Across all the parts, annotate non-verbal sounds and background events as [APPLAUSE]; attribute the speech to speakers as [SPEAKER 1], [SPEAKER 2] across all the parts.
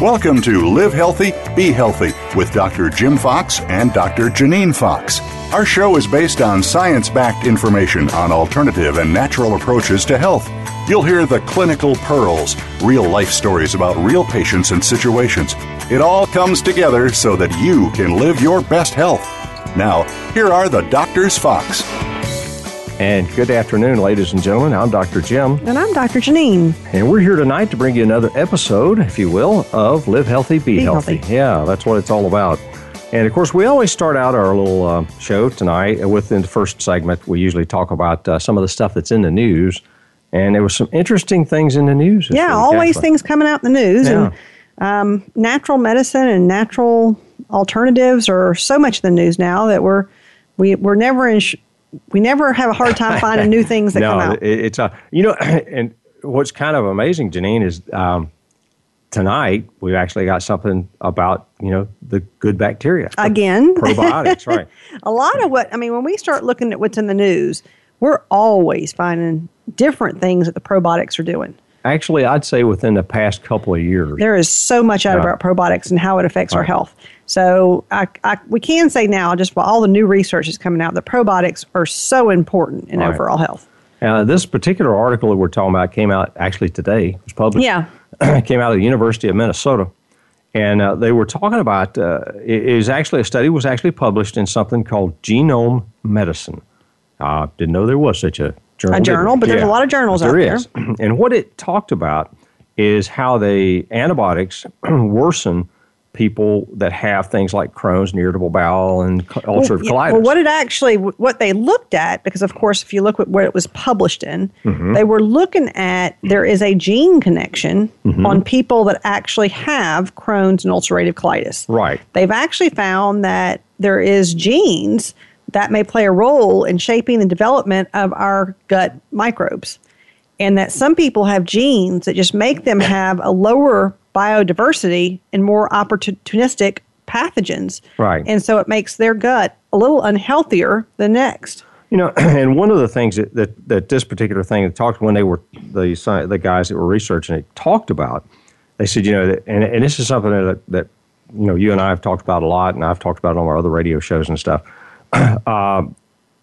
[SPEAKER 1] Welcome to Live Healthy, Be Healthy with Dr. Jim Fox and Dr. Janine Fox. Our show is based on science backed information on alternative and natural approaches to health. You'll hear the clinical pearls, real life stories about real patients and situations. It all comes together so that you can live your best health. Now, here are the Doctors Fox.
[SPEAKER 2] And good afternoon, ladies and gentlemen. I'm Dr. Jim.
[SPEAKER 3] And I'm Dr. Janine.
[SPEAKER 2] And we're here tonight to bring you another episode, if you will, of Live Healthy, Be,
[SPEAKER 3] Be
[SPEAKER 2] healthy.
[SPEAKER 3] Healthy.
[SPEAKER 2] Yeah, that's what it's all about. And of course, we always start out our little uh, show tonight within the first segment. We usually talk about uh, some of the stuff that's in the news. And there was some interesting things in the news. this
[SPEAKER 3] Yeah,
[SPEAKER 2] week,
[SPEAKER 3] always
[SPEAKER 2] actually.
[SPEAKER 3] things coming out in the news
[SPEAKER 2] Yeah.
[SPEAKER 3] and um, natural medicine and natural alternatives are so much in the news now that we're we, we're never in sh- we never have a hard time finding new things
[SPEAKER 2] [LAUGHS]
[SPEAKER 3] that
[SPEAKER 2] no,
[SPEAKER 3] come out.
[SPEAKER 2] it- it's a you know, [CLEARS THROAT] and what's kind of amazing, Janine, is um, tonight we've actually got something about you know the good bacteria
[SPEAKER 3] Again, [LAUGHS]
[SPEAKER 2] probiotics, right?
[SPEAKER 3] a lot of what I mean when we start looking at what's in the news, we're always finding different things that the probiotics are doing.
[SPEAKER 2] Actually, I'd say within the past couple of years.
[SPEAKER 3] there is so much out
[SPEAKER 2] Yeah.
[SPEAKER 3] about probiotics and how it affects our
[SPEAKER 2] Right.
[SPEAKER 3] health. So I, I, we can say now, just by all the new research is coming out, that probiotics are so important in
[SPEAKER 2] Right.
[SPEAKER 3] overall health.
[SPEAKER 2] Uh, this particular article that we're talking about came out actually today. It was published.
[SPEAKER 3] Yeah.
[SPEAKER 2] [CLEARS THROAT] came out of the University of Minnesota, and uh, they were talking about uh, it is actually a study was actually published in something called Genome Medicine. Uh, didn't know there was such a journal.
[SPEAKER 3] A
[SPEAKER 2] didn't
[SPEAKER 3] journal,
[SPEAKER 2] I?
[SPEAKER 3] but there's a lot of journals out
[SPEAKER 2] There is, [CLEARS THROAT] and what it talked about is how the antibiotics [CLEARS THROAT] worsen people that have things like Crohn's and irritable bowel and co- ulcerative
[SPEAKER 3] Yeah,
[SPEAKER 2] colitis.
[SPEAKER 3] Well, what it actually, what they looked at, because of course, if you look at what it was published in,
[SPEAKER 2] Mm-hmm.
[SPEAKER 3] they were looking at there is a gene connection
[SPEAKER 2] Mm-hmm.
[SPEAKER 3] on people that actually have Crohn's and ulcerative colitis.
[SPEAKER 2] Right.
[SPEAKER 3] They've actually found that there is genes that may play a role in shaping the development of our gut microbes. And that some people have genes that just make them have a lower biodiversity and more opportunistic pathogens.
[SPEAKER 2] Right.
[SPEAKER 3] And so it makes their gut a little unhealthier than next.
[SPEAKER 2] You know, [CLEARS THROAT] and one of the things that, that, that this particular thing that talked when they were the sci- the guys that were researching it talked about, they said, you know, that, and, and this is something that, that you know you and I have talked about a lot, and I've talked about it on our other radio shows and stuff. [CLEARS THROAT] Um,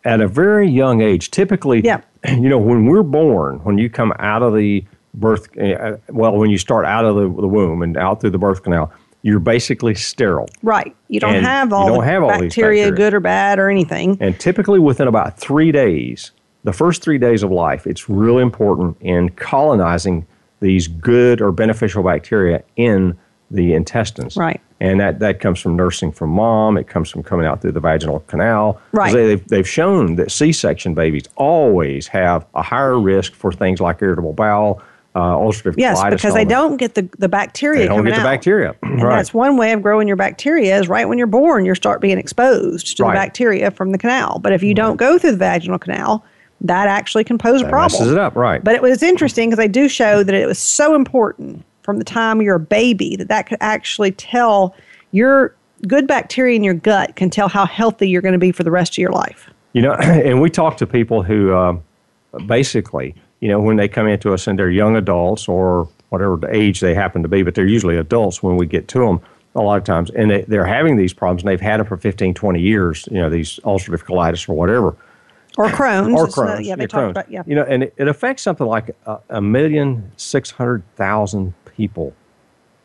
[SPEAKER 2] at a very young age, typically,
[SPEAKER 3] Yeah.
[SPEAKER 2] [CLEARS THROAT] you know, when we're born, when you come out of the birth, uh, well, when you start out of the, the womb and out through the birth canal, you're basically sterile.
[SPEAKER 3] Right. You don't
[SPEAKER 2] And
[SPEAKER 3] have
[SPEAKER 2] you
[SPEAKER 3] all
[SPEAKER 2] don't
[SPEAKER 3] the
[SPEAKER 2] have all these
[SPEAKER 3] bacteria,
[SPEAKER 2] bacteria.
[SPEAKER 3] good or bad or anything.
[SPEAKER 2] And typically within about three days, the first three days of life, it's really important in colonizing these good or beneficial bacteria in the intestines.
[SPEAKER 3] Right.
[SPEAKER 2] And that, that comes from nursing from mom. It comes from coming out through the vaginal canal. 'Cause
[SPEAKER 3] Right.
[SPEAKER 2] They, they've, they've shown that C-section babies always have a higher risk for things like irritable bowel, uh, ulcerative
[SPEAKER 3] Yes,
[SPEAKER 2] colitis.
[SPEAKER 3] because
[SPEAKER 2] and all
[SPEAKER 3] they
[SPEAKER 2] that.
[SPEAKER 3] don't get the, the bacteria
[SPEAKER 2] They don't
[SPEAKER 3] coming
[SPEAKER 2] get the
[SPEAKER 3] out.
[SPEAKER 2] bacteria.
[SPEAKER 3] And
[SPEAKER 2] right.
[SPEAKER 3] that's one way of growing your bacteria is right when you're born, you start being exposed to
[SPEAKER 2] Right.
[SPEAKER 3] the bacteria from the canal. But if you don't go through the vaginal canal, that actually can pose a problem.
[SPEAKER 2] messes it up, right.
[SPEAKER 3] But it was interesting because they do show that it was so important from the time you're a baby that that could actually tell your good bacteria in your gut can tell how healthy you're going to be for the rest of your life.
[SPEAKER 2] You know, [CLEARS THROAT] and we talk to people who um, basically, you know, when they come into us and they're young adults or whatever the age they happen to be, but they're usually adults when we get to them a lot of times. And they, they're having these problems and they've had them for 15, 20 years, you know, these ulcerative colitis or whatever.
[SPEAKER 3] Or Crohn's.
[SPEAKER 2] [LAUGHS] Or
[SPEAKER 3] It's not-
[SPEAKER 2] Crohn's.
[SPEAKER 3] yeah, they
[SPEAKER 2] yeah,
[SPEAKER 3] talked
[SPEAKER 2] Crohn's.
[SPEAKER 3] about yeah.
[SPEAKER 2] You know, and it, it affects something like a, a million six hundred thousand people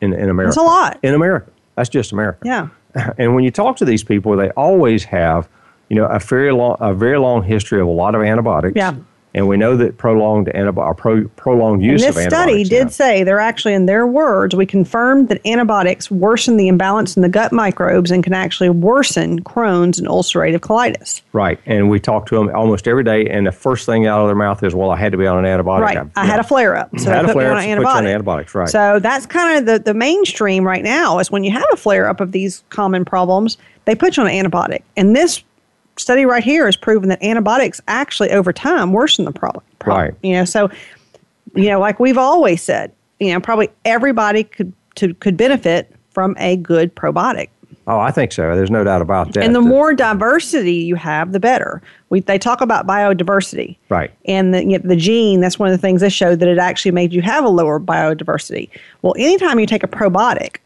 [SPEAKER 2] in, in America.
[SPEAKER 3] That's a lot.
[SPEAKER 2] In America. That's just America
[SPEAKER 3] Yeah.
[SPEAKER 2] [LAUGHS] and when you talk to these people, they always have, you know, a very long, a very long history of a lot of antibiotics,
[SPEAKER 3] Yeah.
[SPEAKER 2] And we know that prolonged antibiotic, pro, prolonged use
[SPEAKER 3] and this
[SPEAKER 2] of
[SPEAKER 3] study
[SPEAKER 2] antibiotics.
[SPEAKER 3] did say they're actually in their words we confirmed that antibiotics worsen the imbalance in the gut microbes and can actually worsen crohn's and ulcerative colitis
[SPEAKER 2] Right. And we talk to them almost every day, and the first thing out of their mouth is, well, I had to be on an antibiotic.
[SPEAKER 3] right i had a flare up so
[SPEAKER 2] I had
[SPEAKER 3] they
[SPEAKER 2] a
[SPEAKER 3] put me on
[SPEAKER 2] flare-up,
[SPEAKER 3] an
[SPEAKER 2] so put you on
[SPEAKER 3] antibiotic
[SPEAKER 2] antibiotics, right.
[SPEAKER 3] so that's kind of the, the mainstream right now is when you have a flare up of these common problems they put you on an antibiotic and this study right here has proven that antibiotics actually over time worsen the problem, problem
[SPEAKER 2] Right.
[SPEAKER 3] you know so you know, like we've always said, you know, probably everybody could to, could benefit from a good probiotic.
[SPEAKER 2] Oh, I think so. There's no doubt about that.
[SPEAKER 3] And the more diversity you have, the better. We, they talk about biodiversity.
[SPEAKER 2] Right.
[SPEAKER 3] And the, you know, the gene, that's one of the things they showed that it actually made you have a lower biodiversity. Well, anytime you take a probiotic,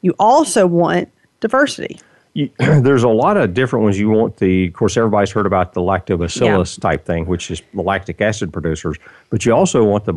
[SPEAKER 3] you also want diversity.
[SPEAKER 2] you, [CLEARS THROAT] there's a lot of different ones you want the of course everybody's heard about the lactobacillus type thing which is the lactic acid producers but you also want the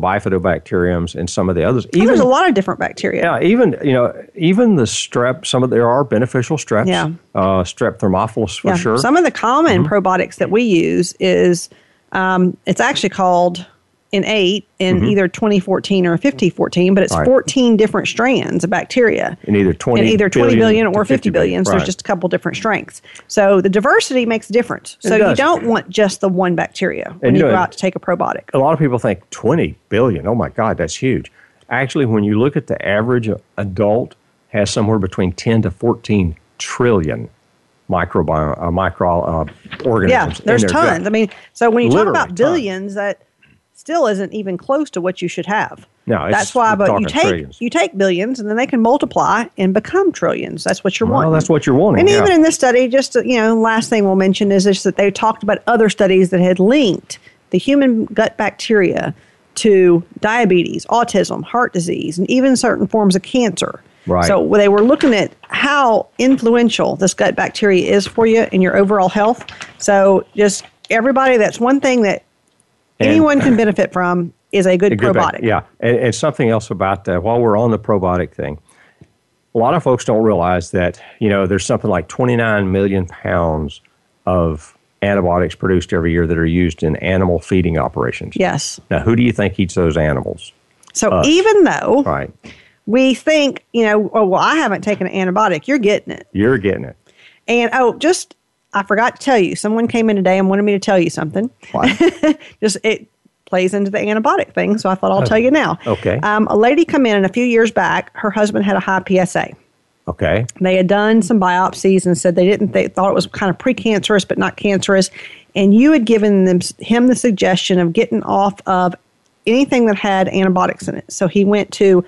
[SPEAKER 2] bifidobacteriums and some of the others
[SPEAKER 3] And
[SPEAKER 2] even
[SPEAKER 3] Oh, there's a lot of different bacteria.
[SPEAKER 2] yeah even you know even the strep some of there are beneficial streps
[SPEAKER 3] Yeah.
[SPEAKER 2] uh, strep thermophilus for
[SPEAKER 3] Yeah.
[SPEAKER 2] sure Mm-hmm.
[SPEAKER 3] Some of the common probiotics that we use is um, it's actually called in eight in either 2014 or 5014, but it's
[SPEAKER 2] Mm-hmm. Right.
[SPEAKER 3] 14 different strands of bacteria.
[SPEAKER 2] in either 20
[SPEAKER 3] in either 20 billion,
[SPEAKER 2] to
[SPEAKER 3] or 50 billion. So
[SPEAKER 2] right.
[SPEAKER 3] there's just a couple different strengths. So the diversity makes a difference. So you
[SPEAKER 2] does.
[SPEAKER 3] don't want just the one bacteria when
[SPEAKER 2] And
[SPEAKER 3] you
[SPEAKER 2] you
[SPEAKER 3] go
[SPEAKER 2] know- oh,
[SPEAKER 3] out to take a probiotic.
[SPEAKER 2] a lot of people think 20 billion oh my god that's huge actually when you look at the average adult has somewhere between 10 to 14 trillion microbiome uh, micro uh,
[SPEAKER 3] Yeah,
[SPEAKER 2] organisms in
[SPEAKER 3] there's
[SPEAKER 2] their gut.
[SPEAKER 3] tons. I mean, so when you talk
[SPEAKER 2] Literally
[SPEAKER 3] about
[SPEAKER 2] tons.
[SPEAKER 3] billions, that still isn't even close to what you should have.
[SPEAKER 2] No, it's-
[SPEAKER 3] that's why.
[SPEAKER 2] we're
[SPEAKER 3] But
[SPEAKER 2] talking
[SPEAKER 3] you take
[SPEAKER 2] trillions.
[SPEAKER 3] you take billions, and then they can multiply and become trillions. That's what you're
[SPEAKER 2] well
[SPEAKER 3] wanting.
[SPEAKER 2] that's what you're wanting
[SPEAKER 3] And
[SPEAKER 2] yeah.
[SPEAKER 3] even in this study, just to- you know, last thing we'll mention is just that they talked about other studies that had linked the human gut bacteria to diabetes, autism, heart disease, and even certain forms of cancer.
[SPEAKER 2] Right.
[SPEAKER 3] So they were looking at how influential this gut bacteria is for you and your overall health. So just everybody, that's one thing that
[SPEAKER 2] And-
[SPEAKER 3] anyone can benefit from is a good
[SPEAKER 2] A good bac-
[SPEAKER 3] probiotic.
[SPEAKER 2] yeah and, and something else about that while we're on the probiotic thing a lot of folks don't realize that you know there's something like 29 million pounds of antibiotics produced every year that are used in animal feeding operations
[SPEAKER 3] Yes.
[SPEAKER 2] now who do you think eats those animals
[SPEAKER 3] So even though
[SPEAKER 2] Uh, right
[SPEAKER 3] we think, you know, oh, well, I haven't taken an antibiotic, you're getting it.
[SPEAKER 2] You're getting
[SPEAKER 3] [LAUGHS]
[SPEAKER 2] it.
[SPEAKER 3] And oh, just I forgot to tell you, someone came in today and wanted me to tell you something. just it plays into the antibiotic thing, so I thought I'll tell you now.
[SPEAKER 2] Oh, Okay.
[SPEAKER 3] Um, a lady come in and a few years back, her husband had a high PSA.
[SPEAKER 2] Okay.
[SPEAKER 3] They had done some biopsies and said they didn't they thought it was kind of precancerous but not cancerous. And you had given them him the suggestion of getting off of anything that had antibiotics in it. So he went to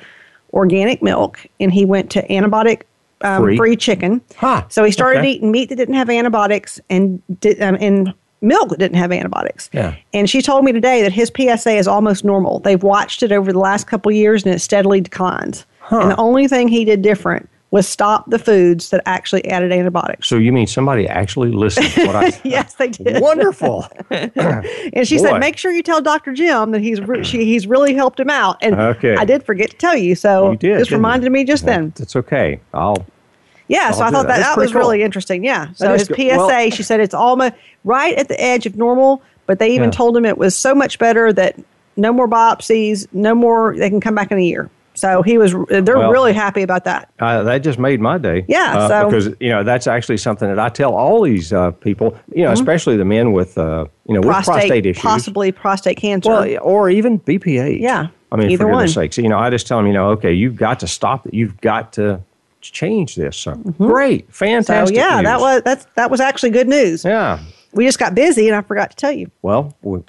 [SPEAKER 3] organic milk and he went to antibiotic um, free.
[SPEAKER 2] Free.
[SPEAKER 3] chicken.
[SPEAKER 2] Huh.
[SPEAKER 3] So he started
[SPEAKER 2] Okay.
[SPEAKER 3] eating meat that didn't have antibiotics and did, um, and milk that didn't have antibiotics.
[SPEAKER 2] Yeah.
[SPEAKER 3] And she told me today that his PSA is almost normal. They've watched it over the last couple of years and it steadily declines. And the only thing he did different was stop the foods that actually
[SPEAKER 2] [LAUGHS]
[SPEAKER 3] added antibiotics.
[SPEAKER 2] So you mean somebody actually listened to what I
[SPEAKER 3] [LAUGHS] Yes, they did.
[SPEAKER 2] Wonderful.
[SPEAKER 3] [LAUGHS]
[SPEAKER 2] [CLEARS THROAT]
[SPEAKER 3] And she said,
[SPEAKER 2] Boy.
[SPEAKER 3] make sure you tell Dr. Jim that he's re- she, he's really helped him out. And
[SPEAKER 2] Okay.
[SPEAKER 3] I did forget to tell you, so
[SPEAKER 2] You did,
[SPEAKER 3] this
[SPEAKER 2] didn't you?
[SPEAKER 3] reminded me just then.
[SPEAKER 2] That's okay. I'll
[SPEAKER 3] Yeah, so
[SPEAKER 2] I'll
[SPEAKER 3] I
[SPEAKER 2] do
[SPEAKER 3] thought
[SPEAKER 2] that.
[SPEAKER 3] that,
[SPEAKER 2] That's
[SPEAKER 3] that,
[SPEAKER 2] pretty
[SPEAKER 3] was really
[SPEAKER 2] cool.
[SPEAKER 3] interesting. Yeah. So
[SPEAKER 2] is
[SPEAKER 3] his
[SPEAKER 2] good.
[SPEAKER 3] PSA,
[SPEAKER 2] Well-
[SPEAKER 3] she said it's almost right at the edge of normal, but they even
[SPEAKER 2] Yeah.
[SPEAKER 3] told him it was so much better that no more biopsies, no more, they can come back in a year. So he was, they're
[SPEAKER 2] Well-
[SPEAKER 3] really happy about that.
[SPEAKER 2] uh, that just made my day.
[SPEAKER 3] Yeah,
[SPEAKER 2] uh,
[SPEAKER 3] so-
[SPEAKER 2] because you know that's actually something that I tell all these uh, people. You
[SPEAKER 3] Mm-hmm.
[SPEAKER 2] know, especially the men with uh, you know with prostate issues.
[SPEAKER 3] possibly prostate cancer.
[SPEAKER 2] Well, or even BPH.
[SPEAKER 3] Yeah,
[SPEAKER 2] I mean,
[SPEAKER 3] either
[SPEAKER 2] for
[SPEAKER 3] one.
[SPEAKER 2] goodness sakes, you know, I just tell them, you know, okay, you've got to stop it. You've got to change this. So great,
[SPEAKER 3] Mm-hmm. so
[SPEAKER 2] fantastic.
[SPEAKER 3] yeah, that
[SPEAKER 2] news.
[SPEAKER 3] was, that's, that was actually good news.
[SPEAKER 2] Yeah.
[SPEAKER 3] We just got busy and I forgot to tell you.
[SPEAKER 2] Well, we-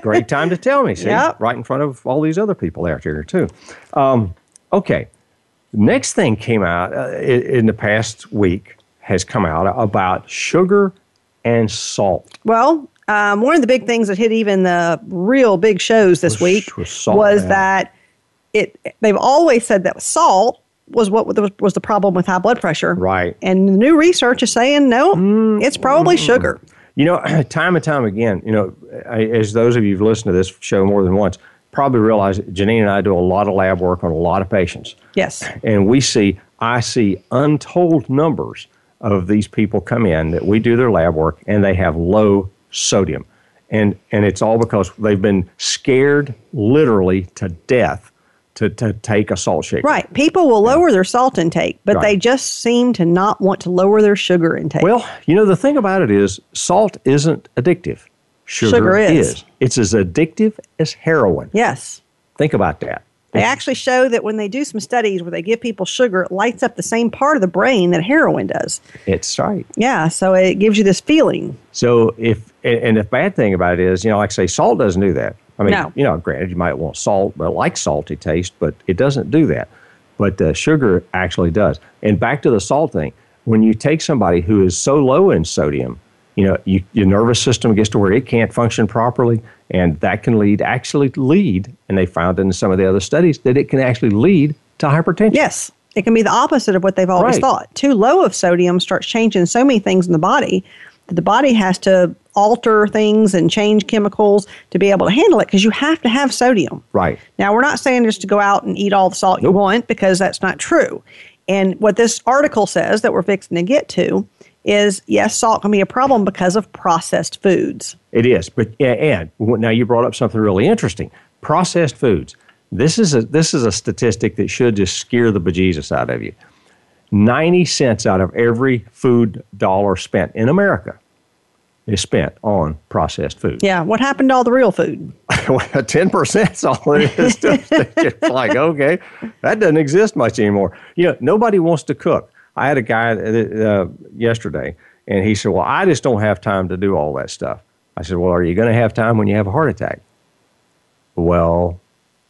[SPEAKER 2] great time to tell me. See,
[SPEAKER 3] Yep.
[SPEAKER 2] right in front of all these other people out here too. Um, okay, next thing came out uh, i- in the past week has come out about sugar and salt.
[SPEAKER 3] Well, um, one of the big things that hit even the real big shows this
[SPEAKER 2] Was-
[SPEAKER 3] week
[SPEAKER 2] was
[SPEAKER 3] was,
[SPEAKER 2] salt, yeah.
[SPEAKER 3] that it. They've always said that salt was what was, was the problem with high blood pressure,
[SPEAKER 2] Right. Mm-hmm.
[SPEAKER 3] And the new research is saying no, it's probably sugar.
[SPEAKER 2] You know, [CLEARS THROAT] time and time again, you know, I, as those of you who've listened to this show more than once probably realize that Janine and I do a lot of lab work on a lot of patients.
[SPEAKER 3] Yes,
[SPEAKER 2] and we see I see untold numbers of these people come in that we do their lab work and they have low sodium. and and it's all because they've been scared literally to death to, to take a salt shaker.
[SPEAKER 3] Right. People will lower their salt intake, but
[SPEAKER 2] Right.
[SPEAKER 3] they just seem to not want to lower their sugar intake.
[SPEAKER 2] Well, you know the thing about it is salt isn't addictive. Sugar,
[SPEAKER 3] Sugar is.
[SPEAKER 2] It's as addictive as heroin.
[SPEAKER 3] yes.
[SPEAKER 2] Think about that.
[SPEAKER 3] They actually show that when they do some studies where they give people sugar, it lights up the same part of the brain that heroin does.
[SPEAKER 2] It's right.
[SPEAKER 3] Yeah, so it gives you this feeling.
[SPEAKER 2] So if and, and the bad thing about it is, you know, like I say, salt doesn't do that. I mean,
[SPEAKER 3] No.
[SPEAKER 2] you know, granted, you might want salt, but like salty taste, but it doesn't do that. But uh, sugar actually does. And back to the salt thing, when you take somebody who is so low in sodium, you know, you, your nervous system gets to where it can't function properly, and that can lead actually lead. And they found in some of the other studies that it can actually lead to hypertension.
[SPEAKER 3] Yes, it can be the opposite of what they've always
[SPEAKER 2] Right.
[SPEAKER 3] thought. Too low of sodium starts changing so many things in the body that the body has to alter things and change chemicals to be able to handle it because you have to have sodium.
[SPEAKER 2] Right.
[SPEAKER 3] Now, we're not saying just to go out and eat all the salt you want because that's not true. And what this article says that we're fixing to get to is yes, salt can be a problem because of processed foods.
[SPEAKER 2] It is, but yeah, and w- now you brought up something really interesting: processed foods. This is a this is a statistic that should just scare the bejesus out of you. Ninety cents out of every food dollar spent in America is spent on processed food.
[SPEAKER 3] Yeah, what happened to all the real food?
[SPEAKER 2] [LAUGHS] ten percent is all it is. [LAUGHS] to- it's like okay, that doesn't exist much anymore. You know, nobody wants to cook. I had a guy uh, yesterday, and he said, "Well, I just don't have time to do all that stuff." I said, "Well, are you going to have time when you have a heart attack?" Well,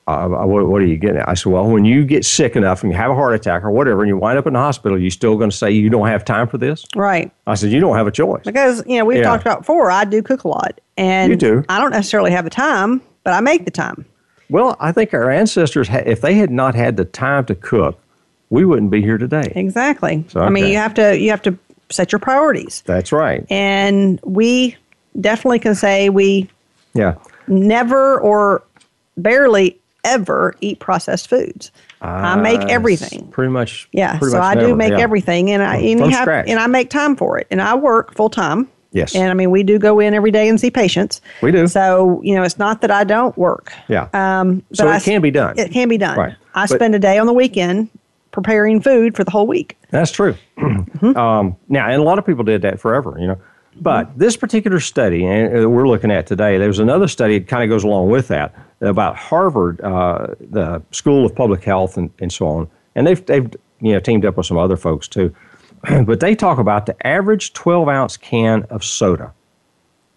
[SPEAKER 2] uh, what, what are you getting at? I said, well, when you get sick enough and you have a heart attack or whatever, and you wind up in the hospital, you still going to say you don't have time for this?
[SPEAKER 3] Right.
[SPEAKER 2] I said, you don't have a choice.
[SPEAKER 3] Because, you know, we've
[SPEAKER 2] Yeah.
[SPEAKER 3] talked about before, I do cook a lot. And
[SPEAKER 2] You do.
[SPEAKER 3] I don't necessarily have the time, but I make the time.
[SPEAKER 2] Well, I think our ancestors, ha- if they had not had the time to cook, we wouldn't be here today.
[SPEAKER 3] Exactly. I mean,
[SPEAKER 2] okay.
[SPEAKER 3] you have to you have to set your priorities.
[SPEAKER 2] That's right.
[SPEAKER 3] And we definitely can say we
[SPEAKER 2] Yeah.
[SPEAKER 3] never or barely ever eat processed foods. I make everything.
[SPEAKER 2] Uh, Pretty much.
[SPEAKER 3] Yeah,
[SPEAKER 2] Ah, pretty
[SPEAKER 3] so
[SPEAKER 2] much
[SPEAKER 3] I do
[SPEAKER 2] never,
[SPEAKER 3] make
[SPEAKER 2] yeah.
[SPEAKER 3] everything, and I and,
[SPEAKER 2] From
[SPEAKER 3] you have,
[SPEAKER 2] scratch.
[SPEAKER 3] and I make time for it, and I work full time.
[SPEAKER 2] Yes.
[SPEAKER 3] and I mean we do go in every day and see patients.
[SPEAKER 2] We do.
[SPEAKER 3] So you know, it's not that I don't work.
[SPEAKER 2] Yeah.
[SPEAKER 3] Um, but
[SPEAKER 2] So
[SPEAKER 3] I
[SPEAKER 2] it
[SPEAKER 3] s-
[SPEAKER 2] can be done.
[SPEAKER 3] It can be done.
[SPEAKER 2] Right.
[SPEAKER 3] I
[SPEAKER 2] But-
[SPEAKER 3] spend a day on the weekend preparing food for the whole week.
[SPEAKER 2] That's true. [CLEARS THROAT] Um, now, and a lot of people did that forever, you know. But
[SPEAKER 3] Mm-hmm.
[SPEAKER 2] this particular study and uh, we're looking at today, there was another study that kind of goes along with that about Harvard, uh, the School of Public Health, and, and so on. And they've, they've you know teamed up with some other folks too. [CLEARS THROAT] but they talk about the average 12 ounce can of soda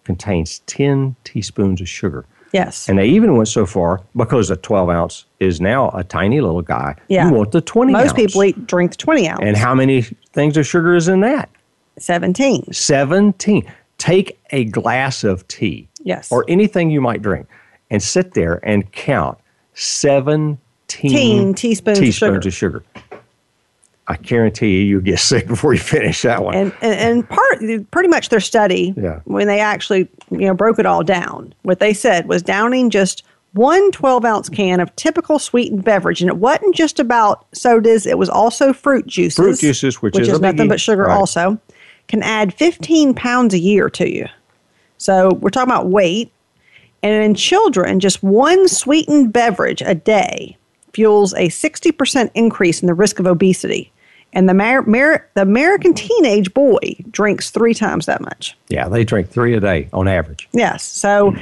[SPEAKER 2] contains 10 teaspoons of sugar.
[SPEAKER 3] Yes.
[SPEAKER 2] And they even went so far because a 12 ounce is now a tiny little guy.
[SPEAKER 3] Yeah.
[SPEAKER 2] You want the 20
[SPEAKER 3] Most
[SPEAKER 2] ounce.
[SPEAKER 3] people eat drink the twenty ounce.
[SPEAKER 2] And how many things of sugar is in that?
[SPEAKER 3] Seventeen.
[SPEAKER 2] 17. Take a glass of tea
[SPEAKER 3] Yes.
[SPEAKER 2] or anything you might drink and sit there and count 17
[SPEAKER 3] Teen teaspoons of
[SPEAKER 2] teaspoons
[SPEAKER 3] sugar.
[SPEAKER 2] of sugar. I guarantee you, you'll get [LAUGHS] sick before you finish that one.
[SPEAKER 3] and, and and part pretty much their study
[SPEAKER 2] Yeah.
[SPEAKER 3] when they actually you know broke it all down what they said was downing just one 12 ounce can of typical sweetened beverage and it wasn't just about sodas it was also fruit juices
[SPEAKER 2] Fruit juices, which is a
[SPEAKER 3] nothing
[SPEAKER 2] biggie.
[SPEAKER 3] but sugar
[SPEAKER 2] Right.
[SPEAKER 3] also can add 15 pounds a year to you so we're talking about weight and in children just one sweetened beverage a day fuels a 60% increase in the risk of obesity and the, Mar- Mar- the American teenage boy drinks three times that much.
[SPEAKER 2] yeah, they drink three a day on average.
[SPEAKER 3] Yes. So,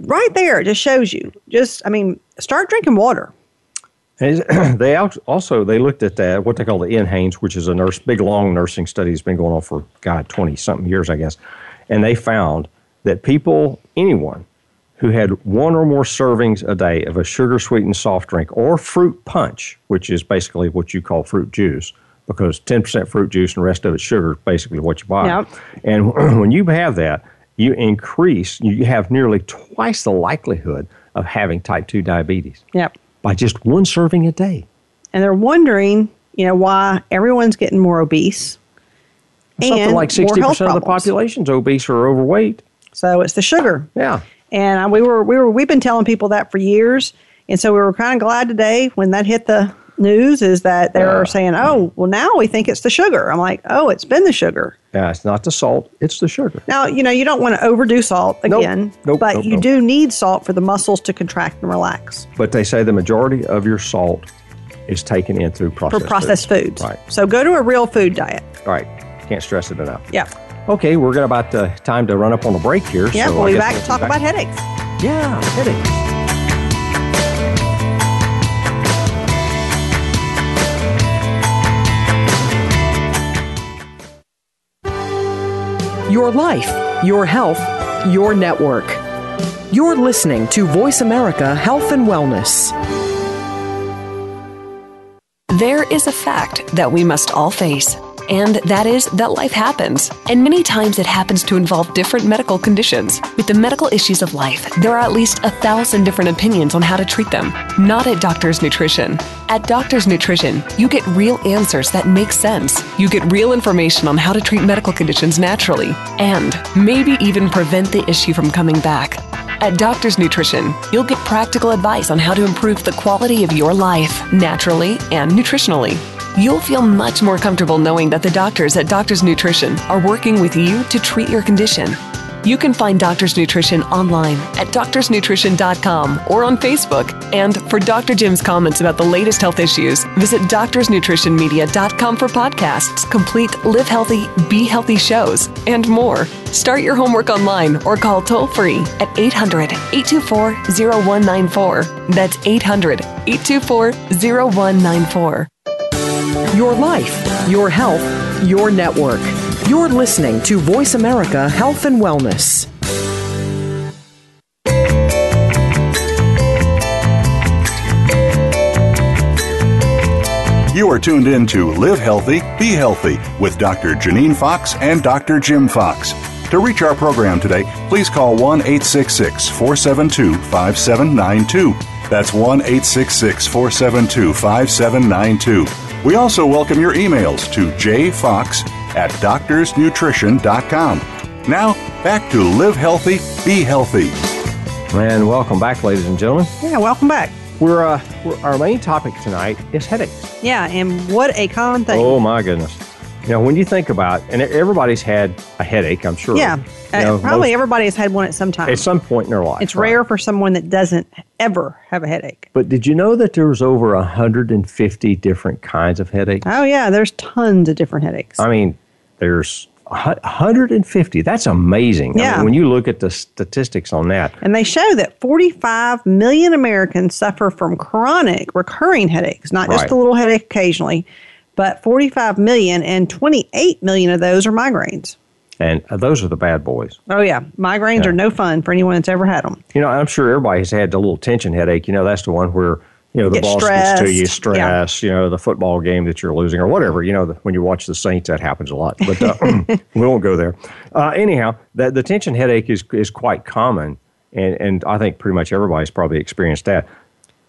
[SPEAKER 3] right there, it just shows you. Just, I mean, start drinking water.
[SPEAKER 2] And [CLEARS THROAT] it's- they al- also they looked at that what they call the NHANES, which is a nurse big long nursing study that's been going on for God twenty something years, I guess, and they found that people anyone who had one or more servings a day of a sugar sweetened soft drink or fruit punch, which is basically what you call fruit juice, because ten percent fruit juice and the rest of it's sugar, is basically what you buy.
[SPEAKER 3] Yep.
[SPEAKER 2] And [CLEARS THROAT] when you have that, you increase you have nearly twice the likelihood of having type two diabetes
[SPEAKER 3] Yep.
[SPEAKER 2] by just one serving a day.
[SPEAKER 3] And they're wondering, you know, why everyone's getting more obese.
[SPEAKER 2] Something
[SPEAKER 3] and
[SPEAKER 2] like
[SPEAKER 3] more
[SPEAKER 2] sixty
[SPEAKER 3] health
[SPEAKER 2] percent of the
[SPEAKER 3] problems.
[SPEAKER 2] population's obese or overweight.
[SPEAKER 3] So, it's the sugar.
[SPEAKER 2] Yeah,
[SPEAKER 3] And I, we were we were we've been telling people that for years, and so we were kind of glad today when that hit the news is that they're saying, oh, well, now we think it's the sugar. I'm like, oh, it's been the sugar.
[SPEAKER 2] Yeah, it's not the salt, it's the sugar.
[SPEAKER 3] Now, you know, you don't want to overdo salt
[SPEAKER 2] Nope.
[SPEAKER 3] again,
[SPEAKER 2] Nope,
[SPEAKER 3] but
[SPEAKER 2] nope,
[SPEAKER 3] you
[SPEAKER 2] nope.
[SPEAKER 3] do need salt for the muscles to contract and relax
[SPEAKER 2] But they say the majority of your salt is taken in through
[SPEAKER 3] for
[SPEAKER 2] processed
[SPEAKER 3] processed foods.
[SPEAKER 2] Right.
[SPEAKER 3] So go to a real food diet.
[SPEAKER 2] All right. Can't stress it enough.
[SPEAKER 3] Yeah.
[SPEAKER 2] Okay, we're got about uh, time to run up on a break here.
[SPEAKER 3] Yeah.
[SPEAKER 2] so I
[SPEAKER 3] we'll be
[SPEAKER 2] guess
[SPEAKER 3] back to talk about headaches.
[SPEAKER 2] Yeah, headaches.
[SPEAKER 4] Your life, your health, your network. You're listening to Voice America Health and Wellness.
[SPEAKER 5] There is a fact that we must all face, and that is that life happens. And many times it happens to involve different medical conditions. With the medical issues of life, there are at least a thousand different opinions on how to treat them. Not at Doctors Nutrition. At Doctors Nutrition, you get real answers that make sense. You get real information on how to treat medical conditions naturally, and maybe even prevent the issue from coming back. At Doctors Nutrition, you'll get practical advice on how to improve the quality of your life naturally and nutritionally. You'll feel much more comfortable knowing that the doctors at Doctors Nutrition are working with you to treat your condition. You can find Doctors Nutrition online at doctorsnutrition.com or on Facebook. And for Dr. Jim's comments about the latest health issues, visit doctorsnutritionmedia.com for podcasts, complete Live Healthy, Be Healthy shows, and more. Start your homework online or call toll free at 800 824 0194. That's 800 824 0194.
[SPEAKER 4] Your life, your health, your network. You're listening to Voice America Health and Wellness.
[SPEAKER 1] You are tuned in to Live Healthy, Be Healthy with Dr. Janine Fox and Dr. Jim Fox. To reach our program today, please call 1 866 472 5792. That's 1 866 472 5792. We also welcome your emails to jfox at doctorsnutrition.com. Now, back to Live Healthy, Be Healthy.
[SPEAKER 2] And welcome back, ladies and gentlemen.
[SPEAKER 3] Yeah. Welcome back.
[SPEAKER 2] We're, uh, we're our main topic tonight is headaches.
[SPEAKER 3] Yeah. And what a common thing.
[SPEAKER 2] Oh my goodness! You know when you think about, and everybody's had a headache, I'm sure.
[SPEAKER 3] yeah.
[SPEAKER 2] You
[SPEAKER 3] Uh,
[SPEAKER 2] know,
[SPEAKER 3] probably
[SPEAKER 2] most-
[SPEAKER 3] everybody has had one at some time.
[SPEAKER 2] at some point in their life.
[SPEAKER 3] It's
[SPEAKER 2] right?
[SPEAKER 3] rare for someone that doesn't ever have a headache.
[SPEAKER 2] But did you know that there was over 150 different kinds of headaches?
[SPEAKER 3] Oh yeah, there's tons of different headaches.
[SPEAKER 2] I mean, there's a hu- 150. That's amazing. I mean,
[SPEAKER 3] Yeah.
[SPEAKER 2] when you look at the statistics on that,
[SPEAKER 3] and they show that 45 million Americans suffer from chronic recurring headaches, not just
[SPEAKER 2] Right.
[SPEAKER 3] a little headache occasionally, but 45 million and 28 million of those are migraines.
[SPEAKER 2] and those are the bad boys.
[SPEAKER 3] Oh yeah, migraines
[SPEAKER 2] Yeah.
[SPEAKER 3] are no fun for anyone that's ever had them.
[SPEAKER 2] You know, I'm sure everybody's had the little tension headache. You know, that's the one where you know the
[SPEAKER 3] Get
[SPEAKER 2] boss gets to you,
[SPEAKER 3] stressed. Yeah.
[SPEAKER 2] stress. You know, the football game that you're losing or whatever. You know, the, when you watch the Saints, that happens a lot. But
[SPEAKER 3] [LAUGHS]
[SPEAKER 2] uh, [CLEARS THROAT] we won't go there. Uh, anyhow, that the tension headache is is quite common, and and I think pretty much everybody's probably experienced that.